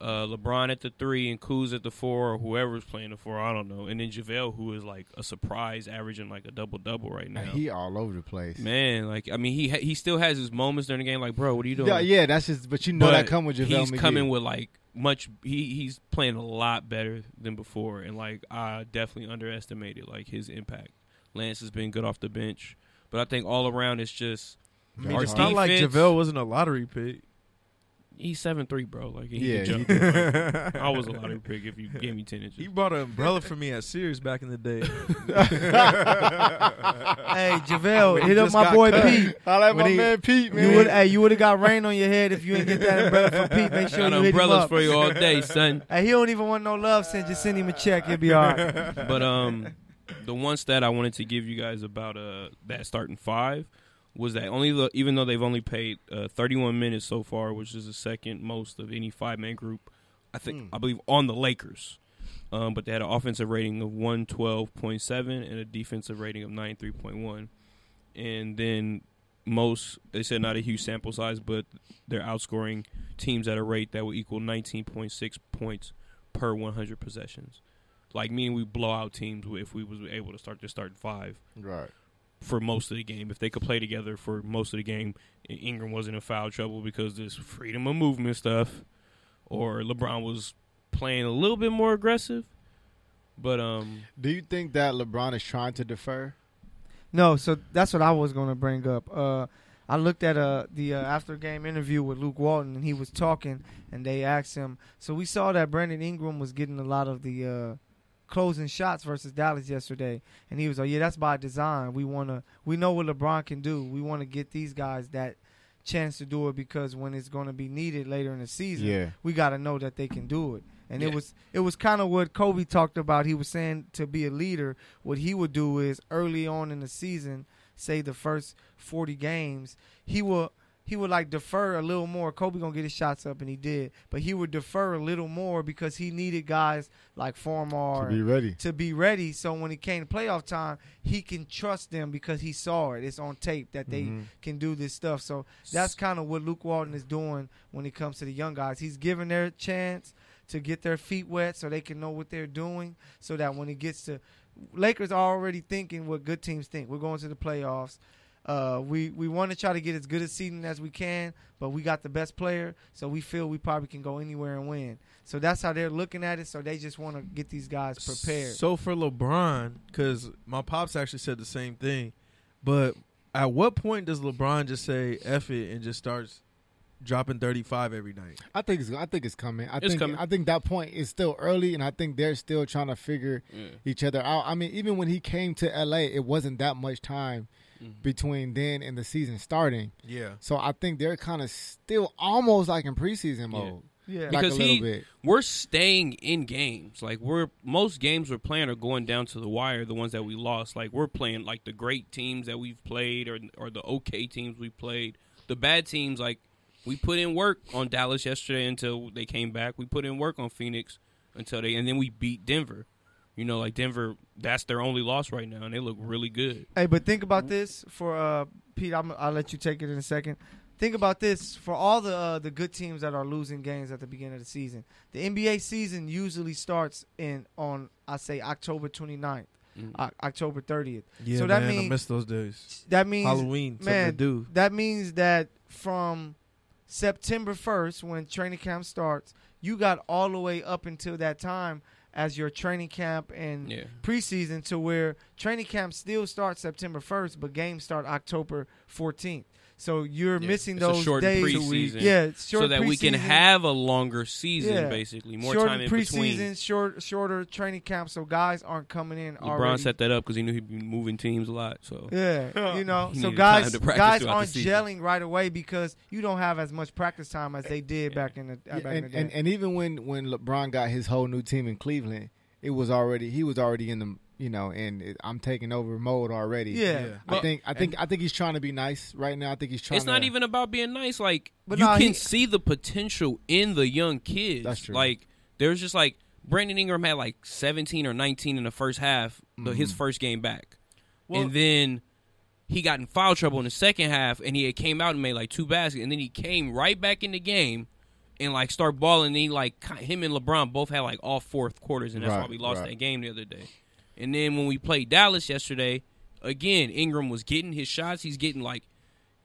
C: uh, LeBron at the three, and Kuz at the four, or whoever's playing the four, I don't know, and then JaVale, who is like a surprise, averaging like a double double right now.
E: He all over the place.
C: Man, like I mean, he ha- he still has his moments during the game. Like, bro, what are you doing?
E: Yeah, yeah, that's just but you know that
C: But
E: come with JaVale
C: He's
E: McGee.
C: coming with like much he he's playing a lot better than before, and like I definitely underestimated like his impact. Lance has been good off the bench, but I think all around it's just
D: I mean,
C: Our
D: it's not like
C: defense-
D: JaVale wasn't a lottery pick.
C: he's seven three, bro. Like he
E: Yeah,
C: yeah,
E: he
C: jump. I was a lottery pick if you gave me ten
D: He
C: inches.
D: bought an umbrella for me at Sears back in the day.
B: Hey,
D: When
B: JaVale,
D: he
B: hit up
D: just
B: my
D: got
B: boy
D: cut.
B: Pete.
E: I like
D: When
E: my
D: he-
E: man Pete, man.
B: You would, hey, you would have got rain on your head if you didn't get that umbrella from Pete. Make sure you
C: Got
B: hit him
C: umbrellas
B: up.
C: for you all day, son.
B: Hey, he don't even want no love. Send just send him a check. He'll be all right.
C: But um, the one stat I wanted to give you guys about uh that starting five was that only the, even though they've only paid uh, 31 minutes so far, which is the second most of any five man group, I think
E: Mm.
C: I believe on the Lakers. Um, but they had an offensive rating of 112.7 and a defensive rating of 93.1, and then most they said not a huge sample size, but they're outscoring teams at a rate that will equal 19.6 points per 100 possessions. Like me and we blow out teams if we was able to start to start five
E: Right.
C: for most of the game. If they could play together for most of the game, and Ingram wasn't in foul trouble because this freedom of movement stuff, or LeBron was playing a little bit more aggressive. But um,
E: Do you think that LeBron is trying to defer?
B: No, so that's what I was going to bring up. Uh, I looked at uh, the uh, after game interview with Luke Walton, and he was talking, and they asked him. So we saw that Brandon Ingram was getting a lot of the uh, closing shots versus Dallas yesterday, and he was like, "Yeah, that's by design. We want to. We know what LeBron can do. We want to get these guys that chance to do it because when it's going to be needed later in the season, we got to know that they can do it. And it
C: Yeah.
B: was it was kind of what Kobe talked about. He was saying to be a leader, what he would do is early on in the season, say the first forty games, he will he would like defer a little more. Kobe gonna get his shots up, and he did, but he would defer a little more because he needed guys like Formar
E: To be ready.
B: to be ready. So when it came to playoff time, he can trust them because he saw it. It's on tape that they
E: Mhm.
B: can do this stuff. So that's kind of what Luke Walton is doing when it comes to the young guys. He's giving their chance to get their feet wet so they can know what they're doing so that when it gets to Lakers are already thinking what good teams think. We're going to the playoffs. Uh, we we want to try to get as good a seeding as we can, but we got the best player, so we feel we probably can go anywhere and win. So that's how they're looking at it. So they just want to get these guys prepared.
D: So for LeBron, because my pops actually said the same thing, but at what point does LeBron just say "f it" and just starts dropping thirty five every night?
E: I think it's I think it's coming. I
C: It's
E: think
C: coming.
E: I think that point is still early, and I think they're still trying to figure each other out. I mean, even when he came to LA, it wasn't that much time
C: Mm-hmm.
E: between then and the season starting.
D: Yeah,
E: So I think they're kind of still almost like in preseason mode,
B: yeah,
E: like
C: Because
E: a little
C: he-
E: bit.
C: we're staying in games. Like we're most games we're playing are going down to the wire. The ones that we lost, like we're playing like the great teams that we've played, or or the okay teams we played. The bad teams, like we put in work on Dallas yesterday until they came back. We put in work on Phoenix until they, and then we beat Denver. You know, like Denver, that's their only loss right now, and they look really good.
B: Hey, but think about this for uh, Pete. I'm, I'll let you take it in a second. Think about this for all the uh, the good teams that are losing games at the beginning of the season. The NBA season usually starts in on I say October 29th, O- October 30th.
D: yeah.
B: So that
D: man, I
B: means-
D: miss those days.
B: That means
D: Halloween,
B: man,
D: something to do.
B: that means that from September 1st, when training camp starts, you got all the way up until that time as your training camp and
C: Yeah.
B: preseason to where training camp still starts September 1st, but games start October 14th. So you're
C: Yeah,
B: missing
C: it's a
B: those
C: shortened
B: days.
C: preseason.
B: Yeah, it's short
C: so that we can
B: preseason,
C: have a longer season,
B: Yeah.
C: basically, more
B: shorter
C: time in
B: preseason,
C: between.
B: short shorter training camp, so guys aren't coming in
C: LeBron
B: already.
C: set that up because he knew he'd be moving teams a lot. So
B: Yeah, you know,
C: He
B: so
C: needed
B: guys,
C: time to practice
B: guys
C: throughout the
B: aren't
C: season.
B: gelling right away because you don't have as much practice time as they did back in the uh,
E: Yeah,
B: back in the
E: and,
B: day.
E: and and even when when LeBron got his whole new team in Cleveland, it was already he was already in the you know, and it, I'm taking over mode already.
B: yeah,
D: Yeah.
E: I think I think I think he's trying to be nice right now. I think he's trying.
C: it's not
E: to-
C: even about being nice. Like
B: But
C: you
B: nah,
C: can
B: he-
C: see the potential in the young kids.
E: That's true.
C: Like there's just like Brandon Ingram had like 17 or 19 in the first half, the,
E: Mm-hmm.
C: his first game back,
D: Well-
C: and then he got in foul trouble in the second half, and he had came out and made like two baskets, and then he came right back in the game. And like start balling, and he like ki- him and LeBron both had like all fourth quarters, and that's why
E: Right,
C: we lost
E: right.
C: that game the other day. And then when we played Dallas yesterday, again Ingram was getting his shots. He's getting like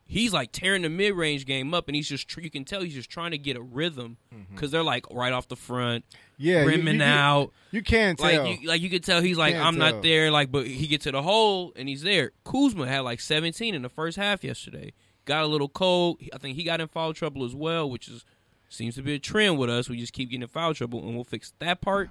C: he's like tearing the mid range game up, and he's just tr- you can tell he's just trying to get a rhythm because they're like right off the front,
E: Mm-hmm. Yeah, you-
C: rimming
E: you, you,
C: out.
E: You can tell.
C: Like you, like you could tell he's like
E: Can't
C: I'm
E: tell.
C: not there. Like but he gets to the hole and he's there. Kuzma had like 17 in the first half yesterday. Got a little cold. I think he got in foul trouble as well, which is seems to be a trend with us. We just keep getting in foul trouble and we'll fix that part.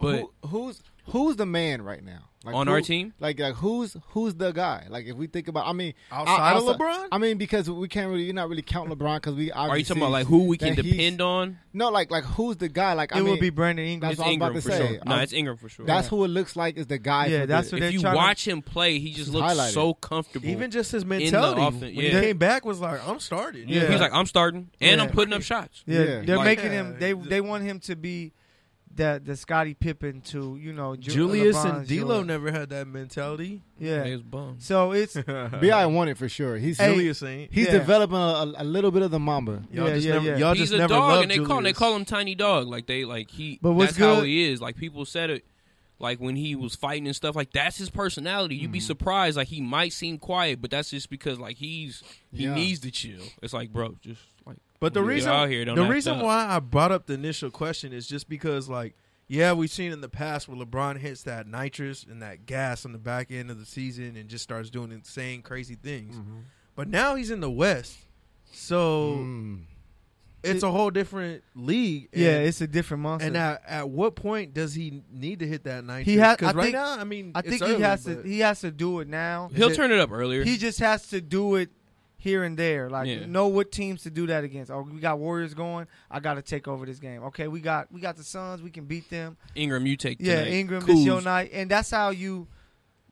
C: But
E: Who, who's who's the man right now like,
C: On
E: who-
C: our team?
E: Like like who's who's the guy? Like if we think about, I mean, o-
D: Outside of LeBron?
E: I mean because we can't really, you're not really counting LeBron because we. Obviously
C: are you talking about like who we can
E: that he's-
C: depend on?
E: No, like like who's the guy? Like
B: It
E: I mean,
B: would be Brandon Ingram.
E: that's
C: It's
E: what I was about
C: Ingram
E: to
C: for
E: say.
C: sure.
E: I'm-
C: No, it's Ingram for sure.
E: that's who it looks like is the guy.
B: Yeah,
E: for
B: that's
E: the-
B: what- they're
C: if you
B: trying to-
C: watch him play, he just looks
E: highlighted.
C: so comfortable.
D: Even just his
C: the
D: mentality
C: offense,
D: when
C: yeah.
D: he came back was like, oh, I'm starting.
B: Yeah.
C: he's like, I'm starting and I'm
B: Yeah.
C: putting up shots.
B: Yeah,
E: Yeah.
B: they're
C: Like-
B: making him. They
D: Yeah.
B: they want him to be the the Scottie Pippen to you know Ju-
D: Julius and
B: LeBron's
D: D'Lo
B: Jordan.
D: never had that mentality.
B: Yeah,
C: Niggas bum.
B: so it's
E: Bi won it for sure. He's
D: Julius ain't.
E: he's
B: Yeah.
E: developing a, a, a little bit of the Mamba.
D: Y'all
B: Yeah,
D: just
B: yeah,
D: never.
B: yeah.
D: Y'all
C: he's
D: just
C: a
D: never
C: dog,
D: loved
C: and they call they
D: Julius.
C: call him Tiny Dog. Like they like he.
B: But what's
C: that's how
B: good-
C: he is. Like people said it. Like when he was fighting and stuff. Like that's his personality. You'd be
B: Mm-hmm.
C: surprised. Like he might seem quiet, but that's just because like he's he
E: Yeah.
C: needs to chill. It's like bro, just like
D: But the
C: when you get
D: reason
C: out here, don't
D: the
C: act
D: reason
C: up.
D: why I brought up the initial question is just because like yeah, we've seen in the past where LeBron hits that nitrous and that gas on the back end of the season and just starts doing insane crazy things.
C: Mm.
B: Mm-hmm.
D: But now he's in the West. So
E: Mm.
D: it's a whole different league. And,
B: yeah, it's a different monster.
D: and at, at what point does he need to hit that nitrous?
B: He ha- I
D: Cuz right
B: think-
D: now, I mean,
B: I
D: it's
B: think he
D: early,
B: has
D: but-
B: to he has to do it now.
C: he'll
D: it-
C: turn it up earlier.
B: He just has to do it here and there. Like
C: Yeah.
B: know what teams to do that against. Oh, we got Warriors going. I got to take over this game. Okay, we got we got the Suns. We can beat them.
C: Ingram, you take
B: Yeah,
C: tonight.
B: Ingram,
C: Kuz.
B: this your night, and that's how you.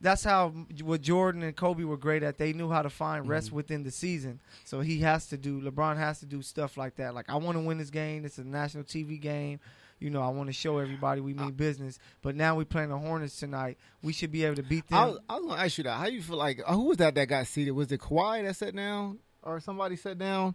B: That's how what Jordan and Kobe were great at. They knew how to find rest within the season. So he has to do. LeBron has to do stuff like that. Like I want to win this game. It's a national TV game. You know, I want to show everybody we mean business. But now we're playing the Hornets tonight. We should be able to beat them.
E: I, was, I was gonna ask you that. How you feel like? uh, Who was that that got seated? Was it Kawhi that sat down, or somebody sat down?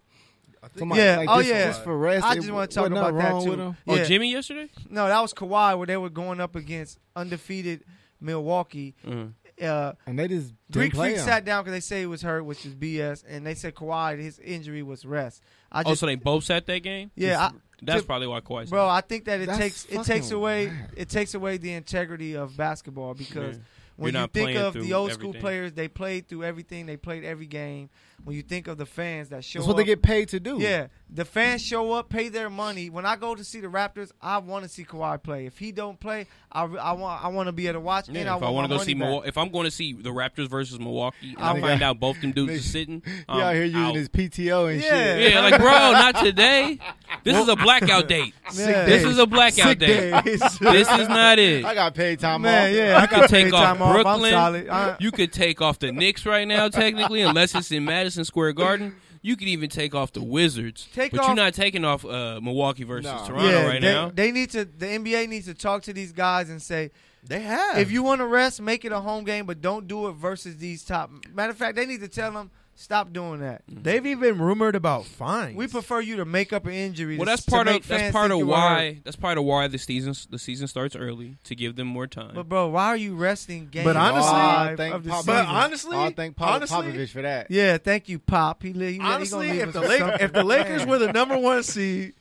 D: I think-
E: Somebody,
B: Yeah,
E: Like,
B: oh,
E: this,
B: yeah.
E: This for rest.
B: I
E: It
B: just want
E: wasn't
B: to talk
E: nothing
B: about that
E: wrong with
B: too.
E: him.
C: Oh,
B: Yeah.
C: Jimmy yesterday.
B: No, that was Kawhi where they were going up against undefeated Milwaukee.
C: Mm.
B: Uh,
E: And they just didn't
B: Greek
E: play
B: Freak
E: him.
B: sat down because they say he was hurt, which is BS, and they said Kawhi his injury was rest. I
C: Oh,
B: just
C: so they both sat that game.
B: yeah, I,
C: That's
B: Tip-
C: probably why Kawhi's
B: bro, I think that it
E: That's
B: takes it
E: fucking
B: takes away
E: whack.
B: it takes away the integrity of basketball because
C: Yeah.
B: when
C: You're
B: you
C: not
B: think
C: playing
B: of the
C: through
B: old school
C: everything.
B: players, they played through everything, they played every game. When you think of the fans that show
E: That's what
B: up,
E: they get paid to do.
B: yeah, the fans show up, pay their money. When I go to see the Raptors, I want to see Kawhi play. If he don't play, I, re- I want I want to be able to watch.
C: Yeah,
B: and I
C: if I
B: want
C: want to
B: my
C: go see
B: money
C: Milwaukee,
B: back.
C: if I'm going to see the Raptors versus Milwaukee, and
B: I
C: I
B: think
C: find
E: I-
C: out both them dudes
E: Nigga,
C: are sitting,
E: He
C: I'm
E: out here using
C: out.
E: his PTO and
B: Yeah.
E: shit.
C: Yeah, like bro, not today. This is a blackout date.
B: Yeah.
C: This is a blackout
E: Sick
C: date.
E: days.
C: This is not
E: I
C: it.
E: got paid time
B: man.
E: off.
B: Yeah, I
C: You could
B: got
C: take
B: paid
C: off
B: time off. I'm
C: Brooklyn.
B: solid. I-
C: You could take off the Knicks right now, technically, unless it's in Madison Square Garden. You could even take off the Wizards,
B: Take
C: but
B: off-
C: you're not taking off uh, Milwaukee versus
E: Nah.
C: Toronto
B: yeah,
C: right
B: they,
C: now.
B: they need to. The NBA needs to talk to these guys and say,
D: they have.
B: if you want to rest, make it a home game, but don't do it versus these top. Matter of fact, they need to tell them stop doing that.
D: they've even rumored about fines.
B: We prefer you to make up an injury.
C: well,
B: to-
C: that's
B: to
C: part
B: make
C: of that's
B: fans
C: part
B: think
C: of
B: you are hurt.
C: why that's part of why the season the season starts early to give them more time.
B: But bro, why are you resting game?
D: But honestly-
B: five
E: Thank
B: of the
E: Pop-
B: season?
D: but honestly,
E: I thank Paul
D: honestly,
E: Popovich for that.
B: Yeah, thank you, Pop. He, li- he,
D: Honestly,
B: he gonna leave
D: if
B: us
D: the
B: with
D: Lakers,
B: something.
D: if the Lakers
B: Man.
D: were the number one seed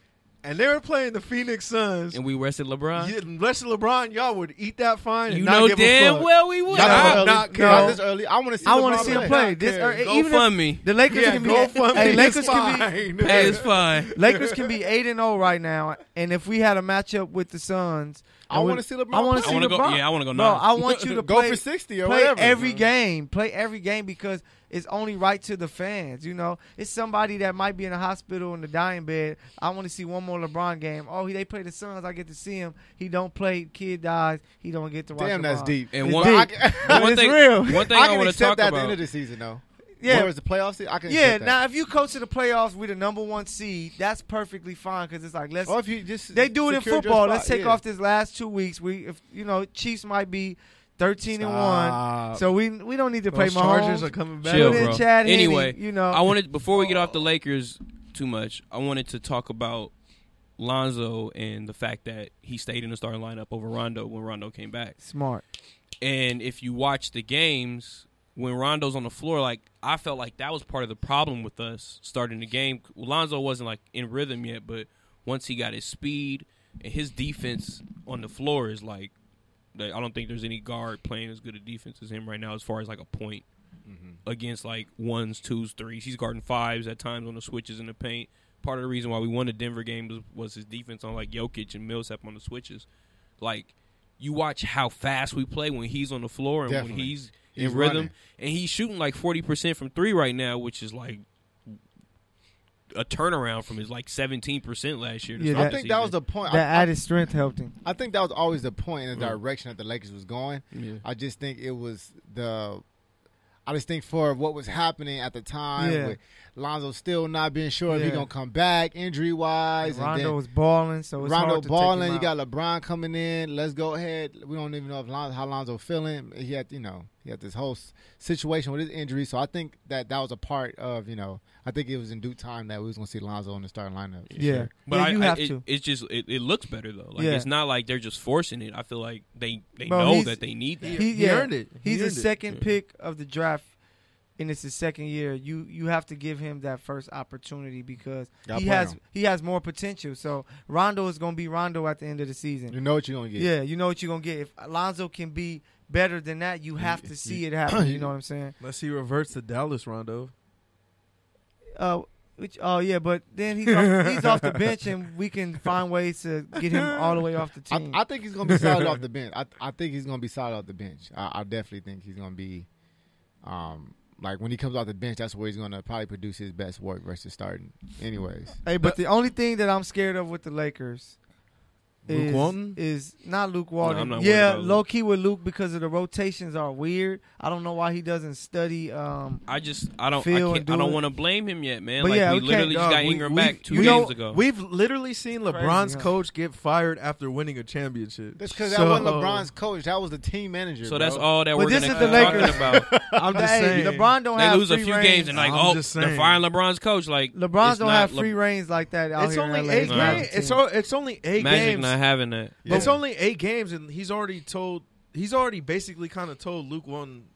D: and they were playing the Phoenix Suns,
C: and we rested LeBron.
D: you- unless LeBron, y'all would eat that fine. And
C: you
D: not
C: know
D: give a
C: damn
D: fuck.
C: well we would.
E: Not,
D: Nah,
E: this early.
D: nah,
E: Not
D: Carol.
E: this early. I want to see.
B: I
E: want
B: wanna
E: to
B: see him play. This early-
C: Go
B: even if-
C: fund me.
B: the Lakers
D: Yeah,
B: can be
D: go fund
B: hey,
D: me.
B: Lakers
D: It's
B: can be
D: fine.
C: Hey, it's fine.
B: Lakers can be eight and zero right now, and if we had a matchup with the Suns,
E: I
B: would-
E: wanna see LeBron
B: I want to see
E: play.
C: I wanna go-
B: LeBron.
C: yeah, I wanna go
B: No,
C: nine.
B: I want you to
E: go
B: play,
E: for sixty or
B: play
E: whatever.
B: every
E: bro.
B: game. Play every game because it's only right to the fans. You know, it's somebody that might be in the hospital in the dying bed. I want to see one more LeBron game. Oh, he they play the Suns. I get to see him. He don't play. Kid dies. He don't get to watch.
E: Damn, that's
B: LeBron.
E: deep.
C: And
E: But
C: one-
E: I can-
C: But one
B: It's
C: thing,
B: real.
C: One thing
E: I
C: I,
E: can
C: want to talk
E: accept that at the
C: about.
E: end of the season though.
B: Yeah.
E: Whereas the playoff season, I can.
B: Yeah,
E: accept that.
B: now if you coach to the playoffs with the number one seed, that's perfectly fine because it's like let's
E: Or if you just
B: They do it in
E: secured your
B: football.
E: spot,
B: Let's take
E: yeah.
B: off this last two weeks. We, if you know, Chiefs might be thirteen and one,
D: Stop.
B: so we we don't need to play
D: Those Chargers
B: Mahomes.
D: are coming back.
C: Chill,
B: Put in
C: bro.
B: Chad Henne,
C: Anyway,
B: you know,
C: I wanted before we get off the Lakers too much. I wanted to talk about Lonzo and the fact that he stayed in the starting lineup over Rondo when Rondo came back.
B: smart.
C: And if you watch the games, when Rondo's on the floor, like I felt like that was part of the problem with us starting the game. Lonzo wasn't like in rhythm yet, but once he got his speed and his defense on the floor is like, like, I don't think there's any guard playing as good a defense as him right now, as far as like a point
E: Mm-hmm.
C: against like ones, twos, threes. He's guarding fives at times on the switches in the paint. Part of the reason why we won the Denver game was, was his defense on like Jokic and Millsap on the switches. Like you watch how fast we play when he's on the floor and
E: Definitely.
C: when he's in
E: He's
C: rhythm,
E: running.
C: and he's shooting like forty percent from three right now, which is like a turnaround from his like seventeen percent last year. to
B: Yeah,
C: start
B: that-
E: I think that was
C: season.
E: the point.
B: That
E: I, I,
B: added strength helped him.
E: I think that was always the point
B: Mm.
E: in the direction that the Lakers was going.
C: Yeah.
E: I just think it was the. I just think for what was happening at the time
B: Yeah.
E: with Lonzo still not being sure if he's
B: Yeah.
E: gonna come back injury wise, and
B: Rondo
E: then
B: was balling, so it's
E: Rondo
B: hard to take him
E: balling. You
B: out.
E: got LeBron coming in. Let's go ahead. We don't even know if Lon- how Lonzo feeling. He had you know he had this whole s- situation with his injury. So I think that that was a part of you know I think it was in due time that we was gonna see Lonzo in the starting lineup. for
B: yeah,
E: sure.
C: But
B: yeah,
C: I,
B: you
C: I-
B: have
C: it,
B: to.
C: It's just it, it looks better though. Like
B: Yeah.
C: it's not like they're just forcing it. I feel like they they
B: Bro,
C: know
B: he's-
C: that they need that.
B: He,
D: He
B: yeah,
D: earned it. He
B: he's
D: earned
B: the
D: it.
B: second
C: Yeah.
B: pick of the draft, and it's his second year. You you have to give him that first opportunity because
E: Gotta
B: he
E: play
B: has
E: him.
B: he has more potential. So Rondo is going to be Rondo at the end of the season.
E: You know what you're gonna get.
B: Yeah, you know what you're gonna get. If Alonzo can be better than that, you have to see it happen. You know what I'm saying?
D: Unless he reverts to Dallas Rondo.
B: Uh, which oh yeah, but then he's off, he's off the bench, and we can find ways to get him all the way off the
E: I,
B: team.
E: I think he's gonna be solid off the bench. I, I think he's gonna be solid off the bench. I, I definitely think he's gonna be, um, like when he comes off the bench, that's where he's gonna probably produce his best work versus starting. Anyways,
B: hey, but the only thing that I'm scared of with the Lakers.
D: Luke
B: is,
D: Walton?
B: is not Luke Walton.
C: I'm not worried
B: yeah,
C: about Luke.
B: low key with Luke because of the rotations are weird. I don't know why he doesn't study. Um,
C: I just I don't I,
B: Feel and
C: can't, I
B: do
C: don't
B: it.
C: want to blame him yet, man.
B: But
C: like
B: yeah,
C: we
B: we can't,
C: literally just
B: dog.
C: got
B: We-
C: Ingram
D: we-
C: back two
D: you
C: games
D: know,
C: ago.
D: We've literally seen LeBron's
B: huh?
D: coach get fired after winning a championship.
E: that's because that
D: So-
E: wasn't LeBron's coach. That was the team manager.
C: so that's
E: bro.
C: all that
B: But
C: we're
B: this
C: gonna
B: is the
C: keep
B: Lakers.
C: talking about.
D: I'm just
B: hey,
D: saying.
B: LeBron don't
C: They
B: have
C: lose a
B: free
C: few
B: reigns.
C: games and like
D: I'm
C: oh
D: just
C: they're
D: saying.
C: firing LeBron's coach. Like
B: LeBron's
C: it's
B: don't
C: not
B: have
C: Le-
B: free reigns like that out
D: it's
B: here. in
D: only
B: LA.
D: eight
B: not a
D: games.
B: team.
D: It's, o- it's only eight
C: Magic
D: games.
C: not having that.
E: Yeah.
D: It's only eight games, and he's already told. He's already basically kind of told Luke one,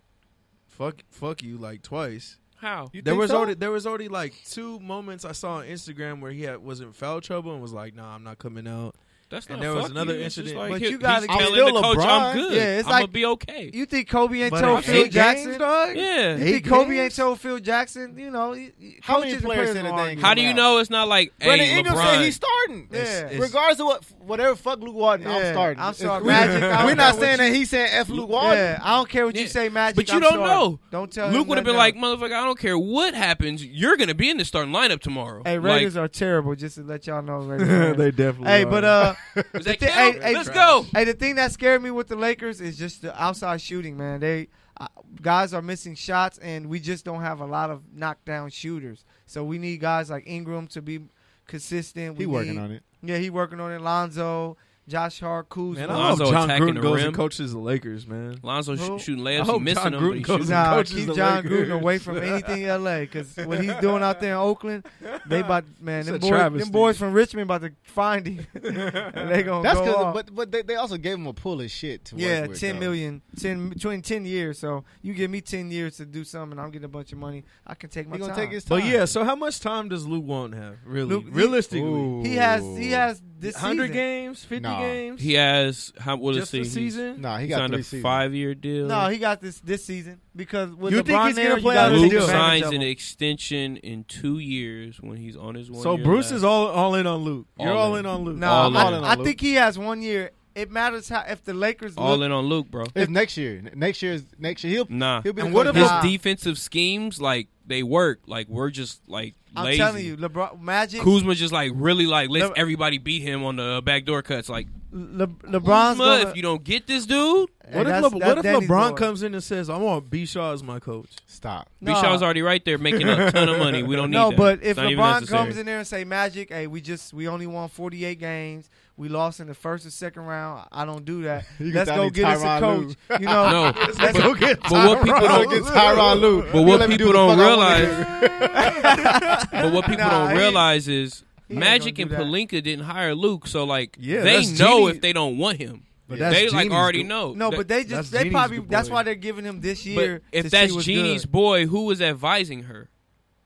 D: fuck, fuck you, like twice.
C: How?
E: You
D: there
E: think
D: was
E: so?
D: already there was already like two moments I saw on Instagram where he had, was in foul trouble and was like, "Nah, I'm not coming out."
C: That's not.
D: And there was
C: fuck
D: another
C: you. It's just
D: incident.
C: Like,
B: But
C: he-
B: you gotta-
C: he's
E: I'm
C: telling
E: still
C: the coach,
E: LeBron.
C: I'm good.
B: Yeah, it's
C: I'm gonna
B: like-
C: be okay.
B: You think Kobe ain't
D: But
B: told
D: eight
B: Phil
D: games,
B: Jackson?
C: yeah.
D: dog?
B: You
D: Eight
B: think Kobe
D: games?
B: ain't told Phil Jackson? You know, he- he-
E: How many
B: coaches and
E: players said
B: players
E: that
B: are
E: they ain't
B: arguing.
C: How do you
E: Wow.
C: know it's not like
E: Brandon
C: hey
E: Ingram said
C: LeBron?
E: he's starting.
B: Yeah.
D: It's- it's-
E: Regardless of what, whatever fuck Luke Walton,
B: Yeah,
E: I'm starting.
B: I'm sorry,
E: If-
B: Magic, I don't
E: We're
B: care
E: not
B: what
E: saying
B: you-
E: that he said f Luke Walton.
B: Yeah, I don't care what you
C: Yeah.
B: say, Magic.
C: But you
B: I'm
C: don't
B: sorry.
C: know.
B: Don't tell.
C: Luke
B: him
C: would have
B: that
C: been
B: now.
C: like, motherfucker, I don't care what happens, you're gonna be in the starting lineup tomorrow.
B: "Hey,
C: Like,
B: Raiders are terrible." Just to let y'all know, Raiders.
D: definitely.
B: Hey, but uh,
C: does that
B: the thi-
C: count?
B: hey, hey,
C: Let's go.
B: hey, the thing that scared me with the Lakers is just the outside shooting, man. They uh, guys are missing shots, and we just don't have a lot of knockdown shooters. So we need guys like Ingram to be consistent. We
E: He working
B: need-
E: on it.
B: Yeah, he working on it. Lonzo, Josh Hart, Kuzma.
D: man,
C: I
D: I
C: love
D: love
C: Lonzo John
D: John
C: attacking Gruden
D: Gruden
C: the
D: goes
C: goes and rim.
D: and coaches the Lakers, man.
C: Lonzo
B: Who?
C: sh- shooting
D: I
C: layups,
D: hope
C: he missing
D: John
C: them. but
D: Gruden
C: he
D: goes
C: shooting.
D: and
B: Nah,
D: coaches
B: keep
D: the
B: John Gruden
D: Lakers.
B: away from anything LA because what he's doing out there in Oakland, they about man,
D: It's
B: them
D: a
B: boys,
D: travesty.
B: them boys from Richmond about to find him. and they gonna
E: That's
B: go
E: because,
B: off.
E: but but they, they also gave him a pull of shit. To
B: yeah,
E: work with,
B: ten
E: though.
B: million, ten between ten years. So you give me ten years to do something, and I'm getting a bunch of money. I can take my
E: He gonna
B: time.
E: take his time.
D: But yeah, so how much time does Luke Walton have? Really,
B: Luke-
D: realistically,
E: Ooh.
B: he has, he has this
D: hundred
B: season.
D: games, fifty
E: Nah.
D: games.
C: He has how what is
D: just
C: he?
D: a
C: He's-
D: season.
E: Nah, he
C: he
E: got
C: signed
E: three
C: a
E: seasons.
C: five-year deal.
B: No, he got this this season because with
D: You
B: LeBron
D: think he's gonna
B: there, you
D: play
B: gotta
D: out of his
B: take
C: Luke
D: deal.
B: advantage
C: signs
B: of
C: an
B: him.
C: extension in two years when he's on his one.
D: So
C: year
D: Bruce
C: left.
D: is all all in on Luke. You're
C: All
D: all
C: in.
D: in on Luke.
B: No,
C: All
B: I,
C: in on
B: I think he has one year. It matters how if the Lakers
C: all
B: look,
C: in on Luke, bro.
E: It's next year. N- Next year is next year. He'll
C: Nah,
E: he'll be.
D: And
E: the
D: what
E: coach
D: if
C: his
E: now.
B: Nah.
C: defensive schemes like they work. Like we're just like
B: I'm
C: lazy.
B: telling you, LeBron Magic,
C: Kuzma just like really like lets
B: Le-
C: everybody beat him on the backdoor cuts. Like
B: Le- LeBron's
C: Kuzma,
B: gonna,
C: if you don't get this dude,
B: Hey,
D: What if,
B: that's-
D: Le-
B: that's
D: what if
B: Danny's
D: LeBron
B: boy.
D: comes in and says, "I want B. Shaw as my coach"?
E: stop?
B: No.
C: Bishaw's already right there making a ton of money. We don't need
B: No,
C: that.
B: but
C: It's
B: if
C: not even
B: LeBron
C: necessary.
B: comes in there and say, "Magic, hey, we just we only won 48 games. We lost in the first and second round. I don't do that.
E: You
B: Let's
E: can
B: go
E: tell
B: get
E: me
B: us a
E: Tyronn
B: coach.
E: Lue.
B: You know,
C: no,
B: let's go get
C: but what people
E: I'll
C: don't
E: get Tyronn Lue.
C: But what
E: Let me do
C: people
E: the
C: don't
E: fuck I wanna
C: realize-
E: do.
C: But what people
B: Nah,
C: don't
B: he-
C: realize is
B: he ain't
C: Magic
B: gonna
C: and
B: do that.
C: Palinka didn't hire Luke, so like
D: Yeah,
C: they
D: that's
C: know
D: Genie.
C: if they don't want him.
D: But
E: Yeah.
D: that's
C: they like
D: genius,
C: already
D: dude.
C: know.
B: No,
C: That-
B: but they
D: that's
B: just they
D: Genie's
B: probably
D: good
B: that's
D: boy.
B: why they're giving him this
C: but
B: year. to
C: if
B: see
C: that's
B: what's
C: Genie's
B: good.
C: boy, who was advising her?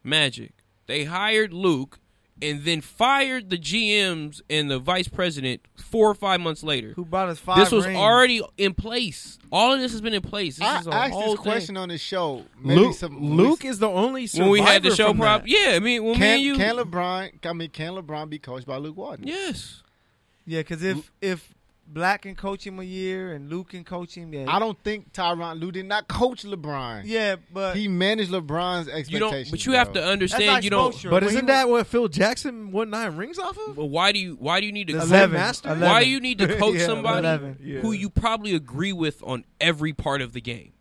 C: Magic. They hired Luke and then fired the GMs and the vice president four or five months later.
B: who brought us five,
C: This was
B: rings.
C: already in place. All of this has been in place. This
E: I
C: is a
E: asked
C: whole
E: this
C: thing.
E: question on the show. Maybe
D: Luke,
E: some,
D: Luke is the only survivor
C: when we had the show
D: from that.
C: prop. Yeah, I mean, when
E: can,
C: me and you.
E: can LeBron? I mean, can LeBron be coached by Luke Walton?
C: yes.
B: Yeah, because if if Black can coach him a year and Luke can coach him, yeah,
E: I don't think Tyron Lue did not coach LeBron.
B: Yeah, but
E: He managed LeBron's expectations.
C: You don't, but you have
E: bro.
C: to
B: that's
C: understand.
B: not
C: You don't.
B: exposure.
D: But
B: When
D: isn't
B: he-
D: that what Phil Jackson won nine rings off of?
C: But why do you? Why do you need to?
D: The
C: coach-
D: Zen
B: 11,
D: Master?
B: 11.
C: Why do you need to coach
D: Yeah,
C: somebody
B: 11,
D: yeah.
C: who you probably agree with on every part of the game?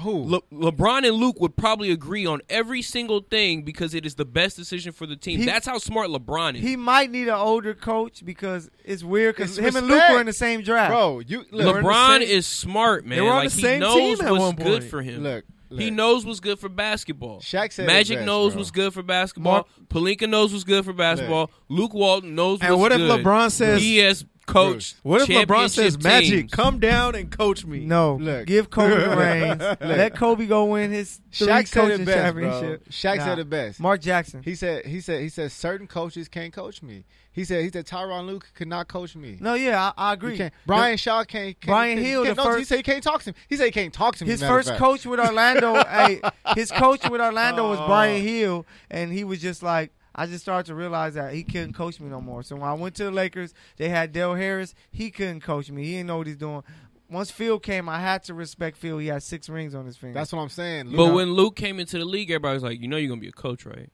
E: Who?
C: Le- LeBron and Luke would probably agree on every single thing because it is the best decision for the team.
B: He-
C: That's how smart LeBron is.
B: he might need an older coach because it's weird because
E: It's
B: him and Luke
E: respect.
B: were in the same draft.
E: bro, you look.
C: LeBron
D: same-
C: is smart, man.
D: were on
C: like
D: the
C: he
D: same
C: knows
D: team at
C: what's
D: one
C: good
D: point.
C: for him.
E: Look, look.
C: He knows what's good for basketball.
E: Shaq said it
C: Magic
E: best,
C: knows
E: bro.
C: what's good for basketball. Palinka knows what's good for basketball. Luke Walton knows
D: And
C: what's
D: what if
C: good.
D: LeBron says-
C: he has coached?
D: What if LeBron
C: championship
D: says, "Magic,
C: teams."
D: come down and coach me"?
B: No,
E: Look.
B: give Kobe the reins. Let Kobe go win his three
E: Shaq said
B: coaching
E: it best, bro.
B: championship.
E: Shaq
B: Nah.
E: said it best.
B: Mark Jackson.
E: He said, he said, he said, certain coaches can't coach me. He said, he said, Tyron Luke could not coach me.
B: no, yeah, I, I
E: He
B: agree.
E: can't. Brian Shaw can't. can't
B: Brian
E: he
B: Hill,
E: can't-
B: the
E: no, he
B: first-
E: said he can't talk to him. He said he can't talk to me.
B: his
E: matter of
B: first
E: fact.
B: coach with Orlando, hey, his coach with Orlando
E: Oh.
B: was Brian Hill, and he was just like, I just started to realize that he couldn't coach me no more. So when I went to the Lakers, they had Dale Harris. He couldn't coach me. He didn't know what he's doing. Once Phil came, I had to respect Phil. He had six rings on his finger.
E: That's what I'm saying. Luke,
C: But when Luke came into the league, everybody was like, "You know, you're gonna be a coach, right?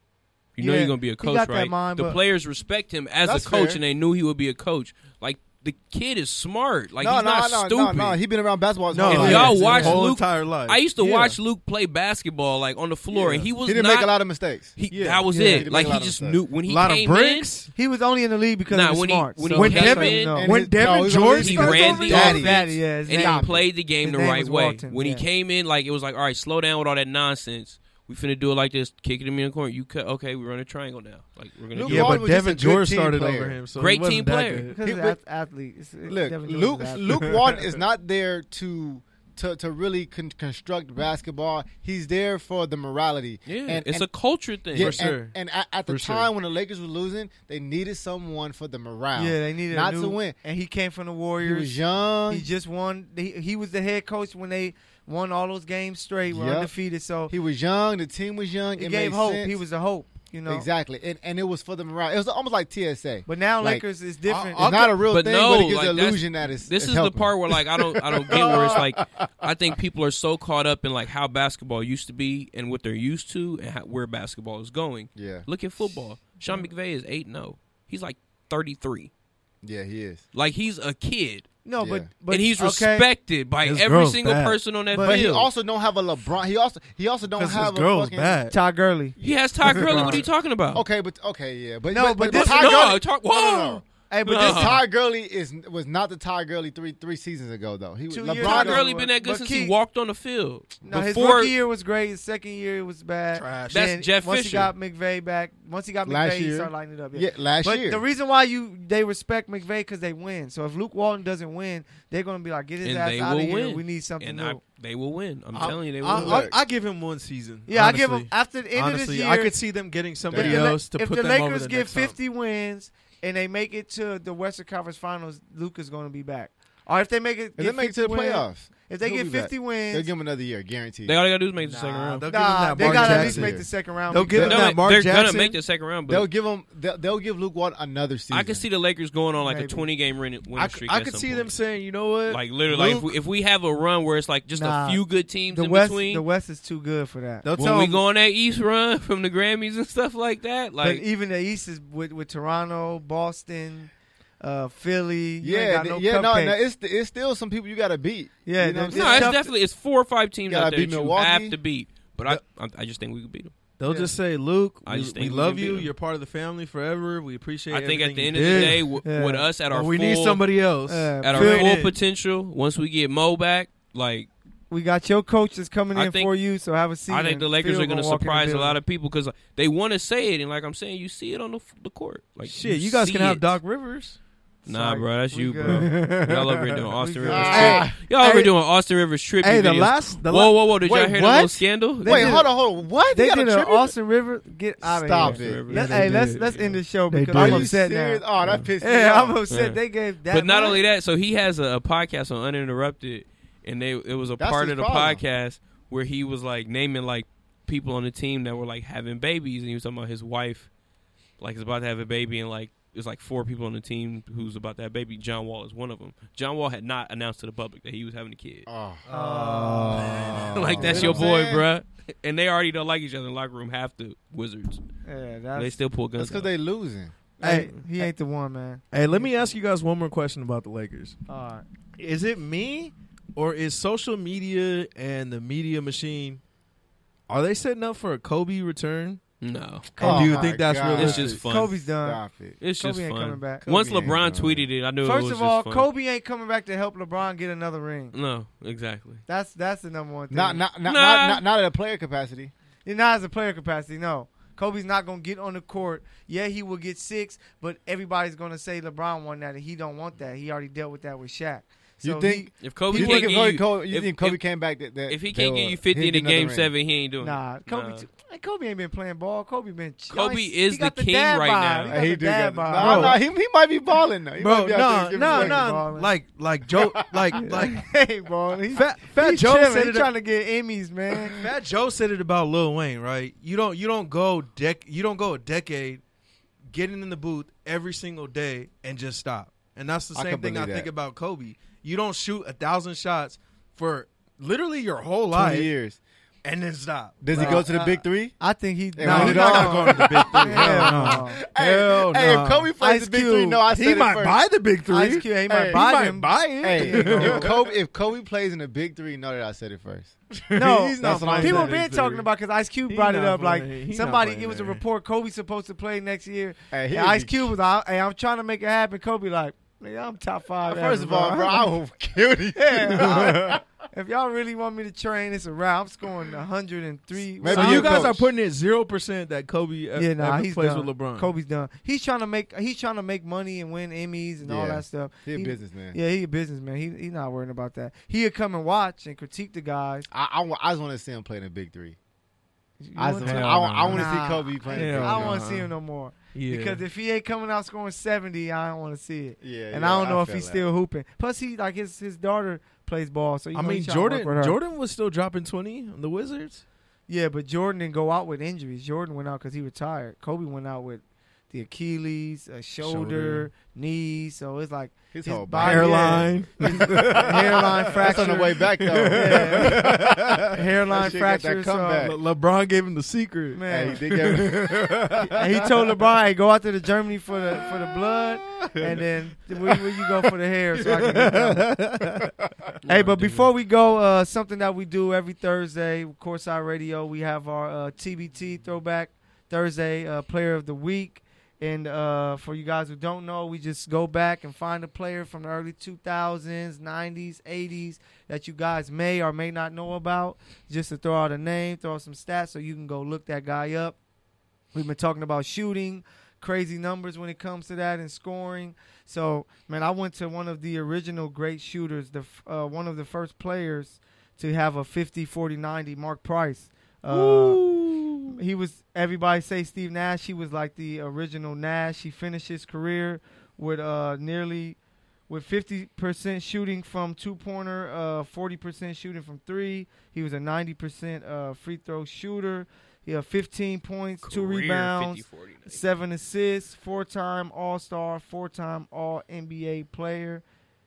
C: You know,
B: Yeah,
C: you're gonna be
B: he
C: a coach,
B: got that
C: right?"
B: mind,
C: the
B: but-
C: players respect him as a
E: That's
C: coach,
E: fair.
C: and they knew he would be a coach. Like the kid is smart. Like
E: no,
C: he's
E: no,
C: not
E: no,
C: stupid.
E: no, no, he been around basketball. His
D: No,
E: whole
C: If
E: life.
C: y'all
D: his
C: watch
D: whole
C: Luke-
D: entire life.
C: I used to
D: Yeah.
C: watch Luke play basketball, like on the floor,
D: Yeah.
C: and he was
E: he didn't
C: not.
E: make a lot of mistakes.
C: he,
D: Yeah.
C: That was
B: Yeah. He
C: it.
E: didn't
C: Like
E: make a
C: he
E: lot of
C: just
E: mistakes.
C: knew when he
D: a lot
C: came
D: of bricks.
B: he was only in the league because
C: Nah,
B: he was
C: when he-
B: smart.
C: when
B: so
C: he
B: when
C: came
B: Devin,
C: in-
B: no.
E: And
D: when
E: his-
D: Devin
E: no, he's
D: George
E: only-
C: in, he
D: starts
C: ran
D: over
C: the
D: his daddy.
C: offense,
B: Daddy, yeah, his
C: and he
B: name.
C: played the game
B: His
C: the
B: name
C: right
B: was
C: way.
B: Walton,
C: when
B: yeah.
C: he came in, like it was like, all right, slow down with all that nonsense. We finna do it like this. Kick it in the corner. You cut. Okay, we run a triangle now. Like we're gonna
E: Luke
C: do
D: yeah,
E: Walton
D: but
E: was just
D: Devin
E: a good
D: George
E: team
D: started
E: player.
D: over him. So
C: Great
D: he wasn't
C: team
D: that
C: player.
D: good.
B: because
E: He-
B: he's
E: but-
B: an athlete. It's- it-
E: Look,
B: Devin George is
E: Luke
B: an athlete.
E: Luke Walton is not there to to to really con- construct basketball. He's there for the morality.
C: Yeah,
E: and,
C: it's
E: and,
C: a culture thing.
E: yeah,
D: For sure.
E: And, and at, at the
D: For sure.
E: time when the Lakers were losing, they needed someone for the morale.
B: Yeah, they needed a
E: not
B: new-
E: to win.
B: and he came from the
E: He
B: Warriors.
E: was young.
B: He just won. He, he was the head coach when they won all those games straight, were
E: Yep.
B: undefeated. So
E: He was young. The team was young.
B: it,
E: It
B: gave
E: made
B: hope.
E: sense.
B: He was a hope, you know.
E: exactly, and and it was for the morale. It was almost like TSA.
B: But now
E: Like,
B: Lakers is
E: I-
B: different.
E: it's not a real
C: But
E: thing,
C: no,
E: but it gives
C: like,
E: the
C: that's-
E: illusion that it's.
C: This
E: it's
C: is the
E: helping.
C: part where like I don't I don't get where it's like I think people are so caught up in like how basketball used to be and what they're used to and how, where basketball is going.
E: Yeah,
C: Look at football. Sean McVay is eight zero. He's like thirty three.
E: yeah, he is.
C: Like he's a kid
B: no, but
E: Yeah.
B: but
C: and he's
B: okay,
C: respected by
D: His
C: every
D: growth
C: single
D: bad.
C: person on that
E: But he
C: field.
E: also don't have a LeBron. He also he also don't
D: 'Cause
E: have
D: his
E: a
D: girl was
E: fucking.
D: bad.
B: Todd Gurley.
C: he has Ty Gurley. What are you talking about?
E: Okay, but okay, yeah, but
B: No, but this-
E: Ty
C: no,
E: Gurley-
C: talk-
E: no, no,
C: whoa.
E: no.
B: Hey, but
C: No.
E: This
B: this
E: Ty Gurley is was not the Ty Gurley three three seasons ago though. He was
B: Two
E: LeBron.
B: years
C: Ty
B: ago.
C: Gurley been that good
B: But
C: since
B: Keith-
C: he walked on the field.
B: no, his
C: Before
B: rookie year was great. His second year it was bad.
D: Trash.
B: Then
C: That's Jeff
B: once
C: Fisher.
B: he got McVay back, once he got McVay,
E: Last
B: he
E: year.
B: started lighting it up. Yeah.
E: yeah, last
B: but
E: year.
B: the reason why you they respect McVay because they win. So if Luke Walton doesn't win, they're gonna be like, get his
C: and
B: ass
C: they
B: out
C: will
B: of here.
C: win.
B: We need something
C: and
B: new.
C: I, they will win. I'm
D: I-
C: telling you, they will.
D: I,
C: win.
D: I, I give him one season.
B: Yeah, I give them
D: honestly.
B: after the end of
D: Honestly,
B: this year.
D: I could see them getting
B: if
D: somebody
B: the, La-
D: else to
B: if
D: put
B: the
D: them over
B: Lakers
D: the
B: get
D: next
B: 50 wins and they make it to the Western Conference Finals, Luca's going to be back. Or if they make it,
E: if they
B: get
E: make it to the
B: 50 wins-
E: playoffs,
B: if they
E: he'll
B: get
E: be back.
B: 50
E: they'll
B: wins,
E: give him another year, guaranteed.
C: they all they gotta do is make the
D: Nah,
C: second round.
D: they'll give him
B: nah,
D: that
B: they
D: Mark
B: got to at least
D: Jackson.
B: make the second round.
D: They'll give
B: because-
E: They'll
D: him
C: No,
D: that
C: they-
D: Mark
C: they're
D: Jackson.
C: gonna make the second round,
E: they'll
C: but
E: give him they'll, they'll give Luke Walton another season.
C: I can see the Lakers going on like a
B: Maybe.
C: twenty game win, win
D: I, c-
C: streak.
D: I
C: at
D: could
C: some
D: see
C: point.
D: them saying, you know what?
C: like literally, like, if,
D: Luke-
C: we, if we have a run where it's like just
B: Nah,
C: a few good teams
B: the
C: in
B: West,
C: between,
B: the West is too good for that.
D: They'll
C: when
D: tell
C: we
D: him-
C: go on that East run from the Grammys and stuff like that,
B: but
C: like
B: even the East is with, with Toronto, Boston, uh, Philly. You ain't
E: yeah,
B: got no
E: yeah, no, no,
B: cupcakes.
E: it's it's still some people you got to beat.
B: Yeah,
E: you know what I'm
B: it's
C: no,
E: saying?
C: it's
B: tough to-
C: definitely it's four or five teams
E: Gotta
C: out there
E: beat
C: that you
E: Milwaukee.
C: have to beat. But I, I, I just think we could beat them.
D: They'll
B: Yeah.
D: just say, Luke,
C: I
D: we,
C: just
D: we
C: think we
D: love
C: can beat
D: you.
C: him.
D: You're part of the family forever. We appreciate.
C: I think at
D: everything
C: the
D: you
C: end of the
D: did.
C: day, w-
B: Yeah.
C: with us at
D: But
C: our
D: we
C: full,
D: need somebody else.
B: Uh,
C: at our
B: Phil-
C: full potential. Once we get Mo back, like
B: we got your coaches coming
C: I
B: in
C: think-
B: for you, so have a seat.
C: I think
B: and
C: the Lakers
B: Phil
C: are going to
B: gonna walk in the
C: surprise a
B: building.
C: lot of people because they want to say it, and like I'm saying, you see it on the, f- the court. Like
D: Shit, you guys
C: see
D: can have
C: it.
D: Doc Rivers.
C: Nah,
B: Sorry.
C: bro, that's
B: We
C: you,
B: good.
C: bro. Y'all over here doing Austin
B: We
C: Rivers
E: good.
C: trip. Y'all over
E: Hey.
C: here doing Austin Rivers trip.
B: Hey, the
C: videos.
B: last, the
C: whoa,
B: la-
C: whoa, whoa! Did
E: Wait,
C: y'all hear the little
E: what?
C: scandal?
B: They
E: Wait,
B: did-
E: hold on, hold on. What?
B: they
E: got a
B: did an
E: tribute?
B: Austin River. Get out of here.
E: Stop it.
C: Austin
B: Let-
C: Rivers.
D: Yeah,
B: hey,
D: they
B: let's
D: did.
B: let's end the show
D: They
B: because
D: did.
B: I'm
E: Are you
B: upset
E: serious?
B: now.
E: Oh, that pissed me
B: Yeah,
E: off.
B: I'm upset.
C: Yeah.
B: They gave that.
C: but not
B: much?
C: only that, so he has a, a podcast on Uninterrupted, and they it was a
E: That's
C: part
E: his
C: of the
E: problem.
C: podcast where he was like naming like people on the team that were like having babies, and he was talking about his wife, like is about to have a baby, and like there's like four people on the team who's about to have a baby. John Wall is one of them. John Wall had not announced to the public that he was having a kid.
E: Oh.
B: Oh.
C: like that's
E: You know
C: your
E: what
C: boy,
E: I'm saying?
C: bruh. And they already don't like each other in the locker room. Half the wizards,
B: Yeah,
C: they
B: that's,
C: still pull guns.
E: That's because
C: out.
E: they losing.
B: hey, he ain't the one, man.
D: Hey, let me ask you guys one more question about the Lakers.
B: All right.
D: Is it me or is social media and the media machine are they setting up for a Kobe return?
C: no,
E: Oh
D: and do you
E: my
D: think that's
E: God.
D: realistic?
C: it's just fun.
B: Kobe's done.
E: Stop it.
C: It's
B: Kobe
C: just
B: ain't
C: fun.
B: coming back.
E: Kobe
C: Once
E: ain't
C: LeBron
E: coming
C: tweeted it, I knew it
B: First
C: was
B: of all,
C: just fun.
B: Kobe ain't coming back to help LeBron get another ring.
C: No, exactly.
B: That's that's the number one thing.
E: Not not not,
C: Nah.
E: not, not, not at a player capacity.
B: You're not as a player capacity. No, Kobe's not gonna get on the court. Yeah, he will get six, but everybody's gonna say LeBron won that, and he don't want that. He already dealt with that with Shaq. So
E: You think
C: If Kobe
E: you
C: can't give
E: think if Kobe,
C: you,
E: Kobe, you
C: if-
E: think Kobe
C: if-
E: came back that, that
C: if he
E: they
C: can't
E: will-
C: get you 50
E: he'd
C: in a
E: get another
C: game
E: ring.
C: seven, he ain't
B: he,
C: doing
B: nah,
C: it.
B: Kobe.
C: Nah.
B: too- hey, Kobe ain't been playing ball. Kobe been.
C: Kobe
B: he
C: is
B: got
C: the king
B: dad vibe.
C: right now.
B: He got
E: Hey, he
B: the
E: do
B: dad
E: got-
B: vibe.
E: Nah, nah, he, he might be balling though. He might
D: Bro,
E: be out
D: no,
E: there giving
D: no,
E: it back.
D: no.
B: Ballin'.
D: Like like Joe like like
B: hey, bro, he's,
D: Fat Fat
B: he's
D: Joe
B: chilling.
D: said
B: He's
D: it
B: trying to get Emmys, man.
D: Fat Joe said it about Lil Wayne, right? You don't you don't go dec you don't go a decade getting in the booth every single day and just stop. And that's the
E: I
D: same
E: can
D: thing I
E: believe
D: think
E: that.
D: about Kobe. You don't shoot a thousand shots for literally your whole
E: 20
D: life
E: years.
D: and then stop.
E: Does he
B: Nah,
E: go to the
B: uh,
E: big three?
B: I think he.
E: Hey, when
D: he's
E: he
D: not
E: done-
D: going to the big three. Hell no.
B: no.
E: Hey,
D: Hell
E: hey,
D: nah.
E: if Kobe plays
B: Ice
E: the big three,
B: Cube.
E: no, I said
D: He
E: it
D: might
E: first.
D: buy the big three.
B: Ice Cube, he might
E: Hey,
B: buy
D: he might
B: him.
D: buy it.
E: Hey,
B: Yeah, no.
E: if Kobe if Kobe plays in the big three, know that I said it first.
B: No,
D: He's not
E: That's what I'm
B: people
E: saying.
B: been talking about because Ice Cube
D: He
B: brought it
D: not
B: up. Like
D: playing. He not
B: somebody,
D: playing
B: it was a
D: there.
B: report. Kobe's supposed to play next year.
E: Hey,
B: And
E: he'd
B: Ice
E: be-
B: Cube was, like, "Hey, I'm trying to make it happen." Kobe like, "Nigga, I'm top five.
E: First
B: ever,
E: of all, bro, I will kill you.
B: Yeah, I- if y'all really want me to train, it's a route. I'm scoring 103.
E: Maybe
D: so
E: Maybe
D: you
E: you
D: guys
E: coach.
D: are putting it zero percent that Kobe uh,
B: yeah, nah,
D: ever
B: he's
D: plays
B: done.
D: with LeBron.
B: Kobe's done. He's trying to make he's trying to make money and win Emmys and all
E: Yeah.
B: that stuff.
E: He a
B: He-
E: businessman.
B: Yeah, he a businessman. He he's not worrying about that. He'll come and watch and critique the guys.
E: I, I, wa- I just want to see him play in the big three.
B: You
E: I,
B: want
E: just,
B: to-
E: I,
D: Hell
E: wa- I
D: no.
E: want to
B: Nah.
E: see Kobe playing.
D: Hell
E: in
B: I
E: the big
B: don't
D: no.
B: want to see him no more.
D: yeah.
B: Because if he ain't coming out scoring 70, I don't want to see it.
E: three. Yeah,
B: and
E: yeah,
B: I don't know if
E: feel
B: he's
E: that.
B: still hooping. Plus, he like his his daughter plays ball, so you
D: I
B: know,
D: mean
B: he tryna work
D: Jordan
B: with her.
D: Jordan was still dropping 20 on the Wizards.
B: Yeah, but Jordan didn't go out with injuries. Jordan went out because he retired. Kobe went out with the Achilles, a shoulder,
D: Shoulder.
B: knee. So it's like
E: his,
B: his
E: whole
B: body-
E: body.
B: Hairline. hairline
E: That's
B: fracture.
E: on the way back though.
B: Yeah. Hairline
E: That shit got that
B: fracture, so-
E: comeback.
D: Le- LeBron gave him the secret.
E: Hey,
B: Man,
E: he did get-
B: and he told LeBron, "Hey, go out to the Germany for the for the blood, and then where, where you go for the hair." So I can get that one."
D: Uh,
B: Hey, but before we go, uh, something that we do every Thursday, Courtside Radio, we have our uh, TBT Throwback Thursday uh, Player of the Week. And uh, for you guys who don't know, we just go back and find a player from the early 2000s, 90s, 80s that you guys may or may not know about, just to throw out a name, throw out some stats so you can go look that guy up. We've been talking about shooting, crazy numbers when it comes to that, and scoring. So, man, I went to one of the original great shooters, the f- uh, one of the first players to have a 50, 40, 90, Mark Price. Uh, he was, everybody say Steve Nash. He was like the original Nash. He finished his career with uh, nearly with 50% shooting from two-pointer, uh, 40% shooting from three. He was a 90% uh, free throw shooter. He had 15 points, two rebounds, seven assists, four time All Star, four time All NBA player,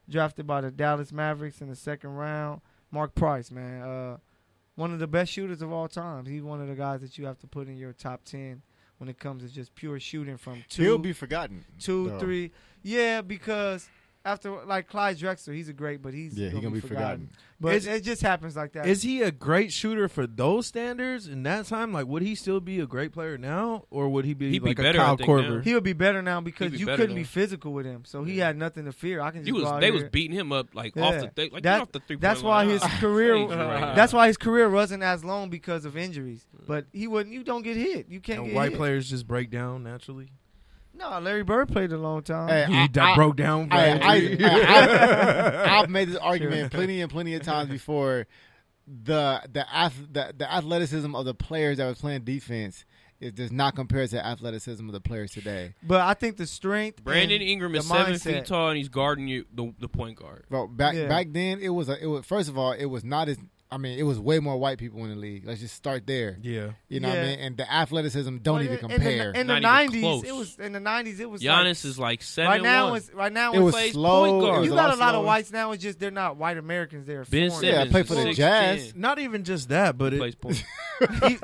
B: drafted by the Dallas Mavericks in the second round. Mark Price, man, uh, one of the best shooters of all time. He's one of the guys that you have to put in your top ten when it comes to just pure shooting from two,
E: He'll be forgotten.
B: two,
E: though.
B: three. Yeah, because after like Clyde Drexler, he's a great, but he's
E: Yeah, he's
B: gonna, be, forgotten. But
D: Is-
B: it just happens like that.
D: Is he a great shooter for those standards in that time? Like, would he still be a great player now, or would he be
C: He'd be
D: like
C: better,
D: a
C: I
D: Kyle
C: think,
D: Korver?
C: now.
B: He would be better now because
C: be
B: you
C: better
B: couldn't
C: now.
B: be physical with him, so he
C: Yeah.
B: had nothing to fear. I can just
C: He
B: go
C: was,
B: out
C: they
B: here.
C: was beating him up like
B: Yeah.
C: off the they, like
B: That-
C: get off the three.
B: that's why his career- That's why his career wasn't as long because of injuries. But he wouldn't. You don't get hit. You can't
D: and
B: get
D: white
B: hit.
D: players just break down naturally.
B: No, Larry Bird played a long time.
E: Hey,
D: He
E: I-
D: d-
E: I-
D: broke down.
E: I,
D: bro.
E: have made this argument plenty and plenty of times before. The the, ath- the the athleticism of the players that was playing defense it does not compare to the athleticism of the players today.
B: but I think the strength.
C: Brandon
B: and
C: Ingram
B: the
C: is seven
B: mindset-
C: feet tall and he's guarding you the, the point guard.
E: Bro, back
B: Yeah.
E: back then it was a, it was first of all it was not as I mean it was way more white people in the league. Let's just start there.
D: Yeah.
E: You know what I
B: Yeah.
E: mean? And the athleticism don't
B: Well,
E: even
B: in the-
E: compare.
B: In the
C: Not even
B: nineties, it
C: close.
B: was in the nineties. It was
C: Giannis
B: like,
C: is like seven.
B: right now.
C: one.
B: It's right now.
E: it
B: it's
E: was
B: like-
C: plays
E: slow.
C: point guard.
E: It was
B: you
E: a
B: got
E: lot
B: a lot
E: slower.
B: of whites now. It's just they're not white Americans. They're
C: Ben
B: foreign.
E: Yeah,
C: Simmons
E: play
C: is
E: for the
C: 6'10"
E: Jazz.
D: Not even just that, but
C: He
D: it,
C: plays point.
D: e-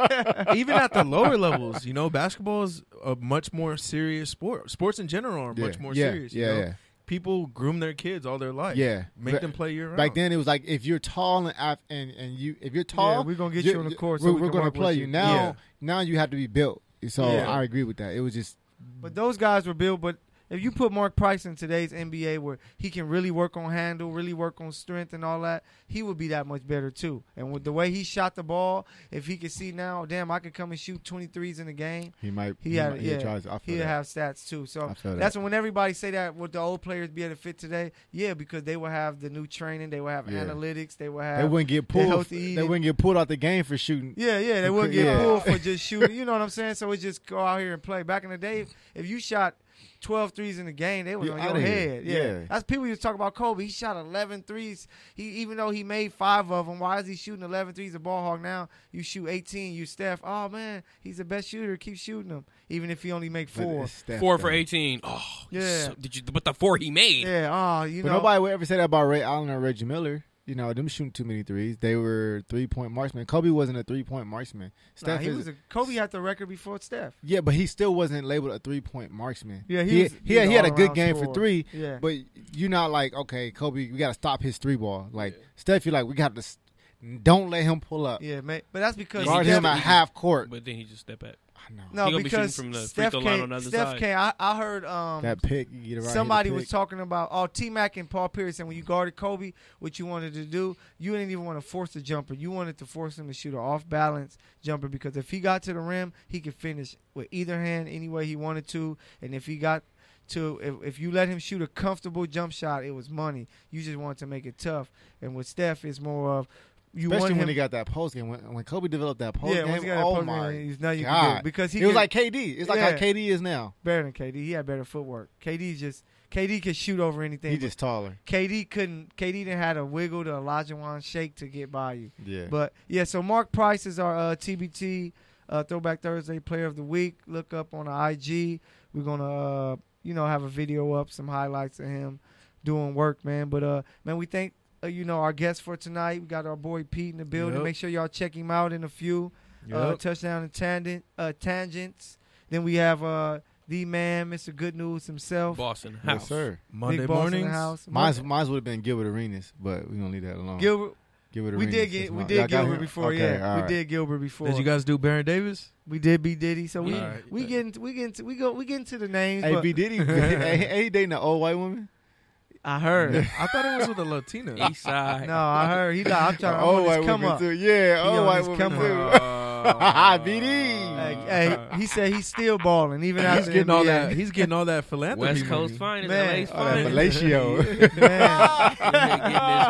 D: even at the lower levels, you know, basketball is a much more serious sport. Sports in general are
E: Yeah.
D: much more
E: yeah.
D: serious.
E: Yeah,
D: you know?
E: yeah.
D: People groom their kids all their life.
E: Yeah.
D: Make
E: Ba-
D: them play year round.
E: Back then, it was like if you're tall and af- and, and you if you're tall,
B: we're gonna get
E: you're-
B: you on the court so
E: We're,
B: we
E: we're
B: can
E: gonna
B: work with
E: play
B: you.
E: you now.
D: Yeah.
E: Now you have to be built. So
B: Yeah.
E: I agree with that. It was just
B: But those guys were built. But if you put Mark Price in today's NBA, where he can really work on handle, really work on strength and all that, he would be that much better too. And with the way he shot the ball, if he could see now, damn, I could come and shoot twenty threes in the game.
E: he might
B: He had,
E: might-
B: yeah,
E: tries- I feel
B: he'd
E: that.
B: have stats too. So
E: I feel that.
B: that's when everybody say that would the old players be able to fit today? Yeah, because they will have the new training, they will have
E: Yeah.
B: analytics, they will
E: They
B: have.
E: wouldn't get
B: they're
E: pulled.
B: healthy
E: They
B: eating.
E: wouldn't get pulled out the game for shooting.
B: yeah, yeah, they
E: You
B: wouldn't
E: could-
B: get
E: yeah.
B: pulled for just shooting. You know what I'm saying? So it's just go out here and play. Back in the day, if you shot 12 threes in the game, they was
E: You're
B: on your
E: outta here.
B: head. Yeah.
E: Yeah.
B: That's people used to talk about Kobe. He shot 11 threes. He even though he made 5 of them, why is he shooting 11 threes a ball hog now? You shoot 18, you Steph. Oh man, he's the best shooter. Keep shooting him even if he only make
E: But uh,
B: 4.
E: it's Steph,
C: four
E: though.
C: for eighteen. Oh, he's
B: Yeah.
C: so- did you? But the four he made.
B: Yeah, oh, you
E: But
B: know.
E: nobody would ever say that about Ray Allen or Reggie Miller. You know, them shooting too many threes. They were three point marksmen. Kobe wasn't a three point marksman.
B: Nah,
E: Steph
B: he
E: is.
B: was a, Kobe had the record before Steph.
E: yeah, but he still wasn't labeled a three point marksman.
B: Yeah, he
E: he
B: was-
E: he,
B: he's
E: had- he had a
B: all-around
E: good game
B: scorer.
E: for three.
B: Yeah.
E: But you're not like okay, Kobe. We got to stop his three ball. Like Steph, you're like we got to. s- Don't let him pull up.
B: yeah, man. But that's because
E: uh, Guard
B: Steph-
E: him at half court.
C: But then he just step back.
E: I know.
B: No,
C: He gonna be
B: because
C: shooting from the free
B: Steph
C: throw line
B: came.
C: on the other
B: Steph
C: side.
B: came. I, I heard um,
E: That pick, you get it right. hit
B: somebody
E: the
B: was
E: pick.
B: talking about oh T Mac and Paul Pierce, and when you guarded Kobe, what you wanted to do, you didn't even want to force the jumper. You wanted to force him to shoot an off balance jumper because if he got to the rim, he could finish with either hand any way he wanted to, and if he got to if, if you let him shoot a comfortable jump shot, it was money. You just wanted to make it tough, and with Steph, it's more of you
E: Especially
B: want
E: when
B: him.
E: he got that post game. When, when Kobe developed that post
B: yeah,
E: game,
B: once he got that
E: oh
B: post
E: my
B: game, there's nothing you can do
E: god!
B: because he
E: it was
B: could-
E: like KD. It's like
B: Yeah.
E: how KD is now.
B: better than KD. He had better footwork. KD just KD could shoot over anything.
E: He
B: but
E: just taller.
B: KD couldn't. KD didn't had a wiggle to Olajuwon shake to get by you.
E: Yeah.
B: But yeah, so Mark Price is our uh, TBT uh, Throwback Thursday Player of the Week. Look up on the IG. We're gonna uh, you know have a video up, some highlights of him doing work, man. But uh, man, we thank uh, you know our guests for tonight. We got our boy Pete in the building.
D: Yep.
B: Make sure y'all check him out in a few uh,
D: Yep.
B: touchdown and tangent uh, tangents. Then we have uh, the man, Mr. Good News himself.
C: Boston house.
E: yes, sir.
D: Monday
B: Big Boss in the
D: mornings.
B: house.
E: Mine's mine's would have been Gilbert Arenas, but we're gonna leave that alone.
B: Gilbert,
E: Gilbert
B: we
E: Arenas.
B: did
E: is
B: get, we
E: mine.
B: did
E: Y'all got
B: Gilbert
E: him?
B: before,
E: Okay, all
B: yeah,
E: right.
B: we did Gilbert before.
D: Did you guys do Baron Davis?
B: we did B Diddy, so we
D: Yeah.
B: we get into, we get into, we go we get into the names.
E: Hey,
B: but
E: B Diddy, hey, hey, he dating an old white woman?
B: I heard,
D: I thought it was with a Latina.
C: East side.
B: no, I heard he. Like, I'm trying
E: An
B: to
E: old
B: on
E: white
B: his come
E: woman
B: up.
E: too. Yeah,
B: He on
E: old white
B: his
E: woman
B: come
E: too.
B: up.
C: uh,
E: Ah, BD.
B: Hey, hey, he said he's still balling even
D: He's
B: after
D: getting all
B: NBA.
D: that. He's getting all that philanthropy.
C: West Coast
D: money.
C: finest.
B: Man.
C: LA's
E: Oh, that
C: finest.
E: fellatio.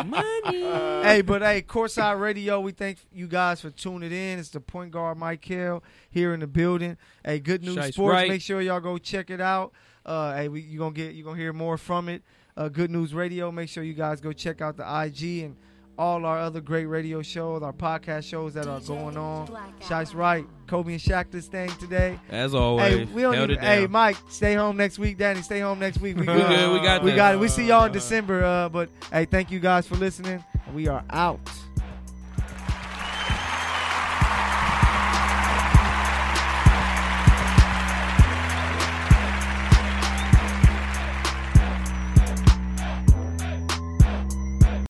B: Man.
C: Getting this money.
B: hey, but hey, Courtside Radio, we thank you guys for tuning in. It's the point guard Mike Hill here in the building. Hey, good news
C: Shice
B: sports.
C: right.
B: Make sure y'all go check it out. Uh, hey, we, you gonna get you gonna hear more from it. Uh, good news radio. Make sure you guys go check out the IG and all our other great radio shows, our podcast shows that are going on. Shice right, Kobe and Shaq this thing today.
C: As always,
B: Hey, we don't
C: held
B: even,
C: it down.
B: hey Mike, stay home next week. Danny, stay home next week. We
C: We
B: good.
C: good. We got
B: We
C: this.
B: got it. We see y'all in December. Uh, but hey, thank you guys for listening. We are out.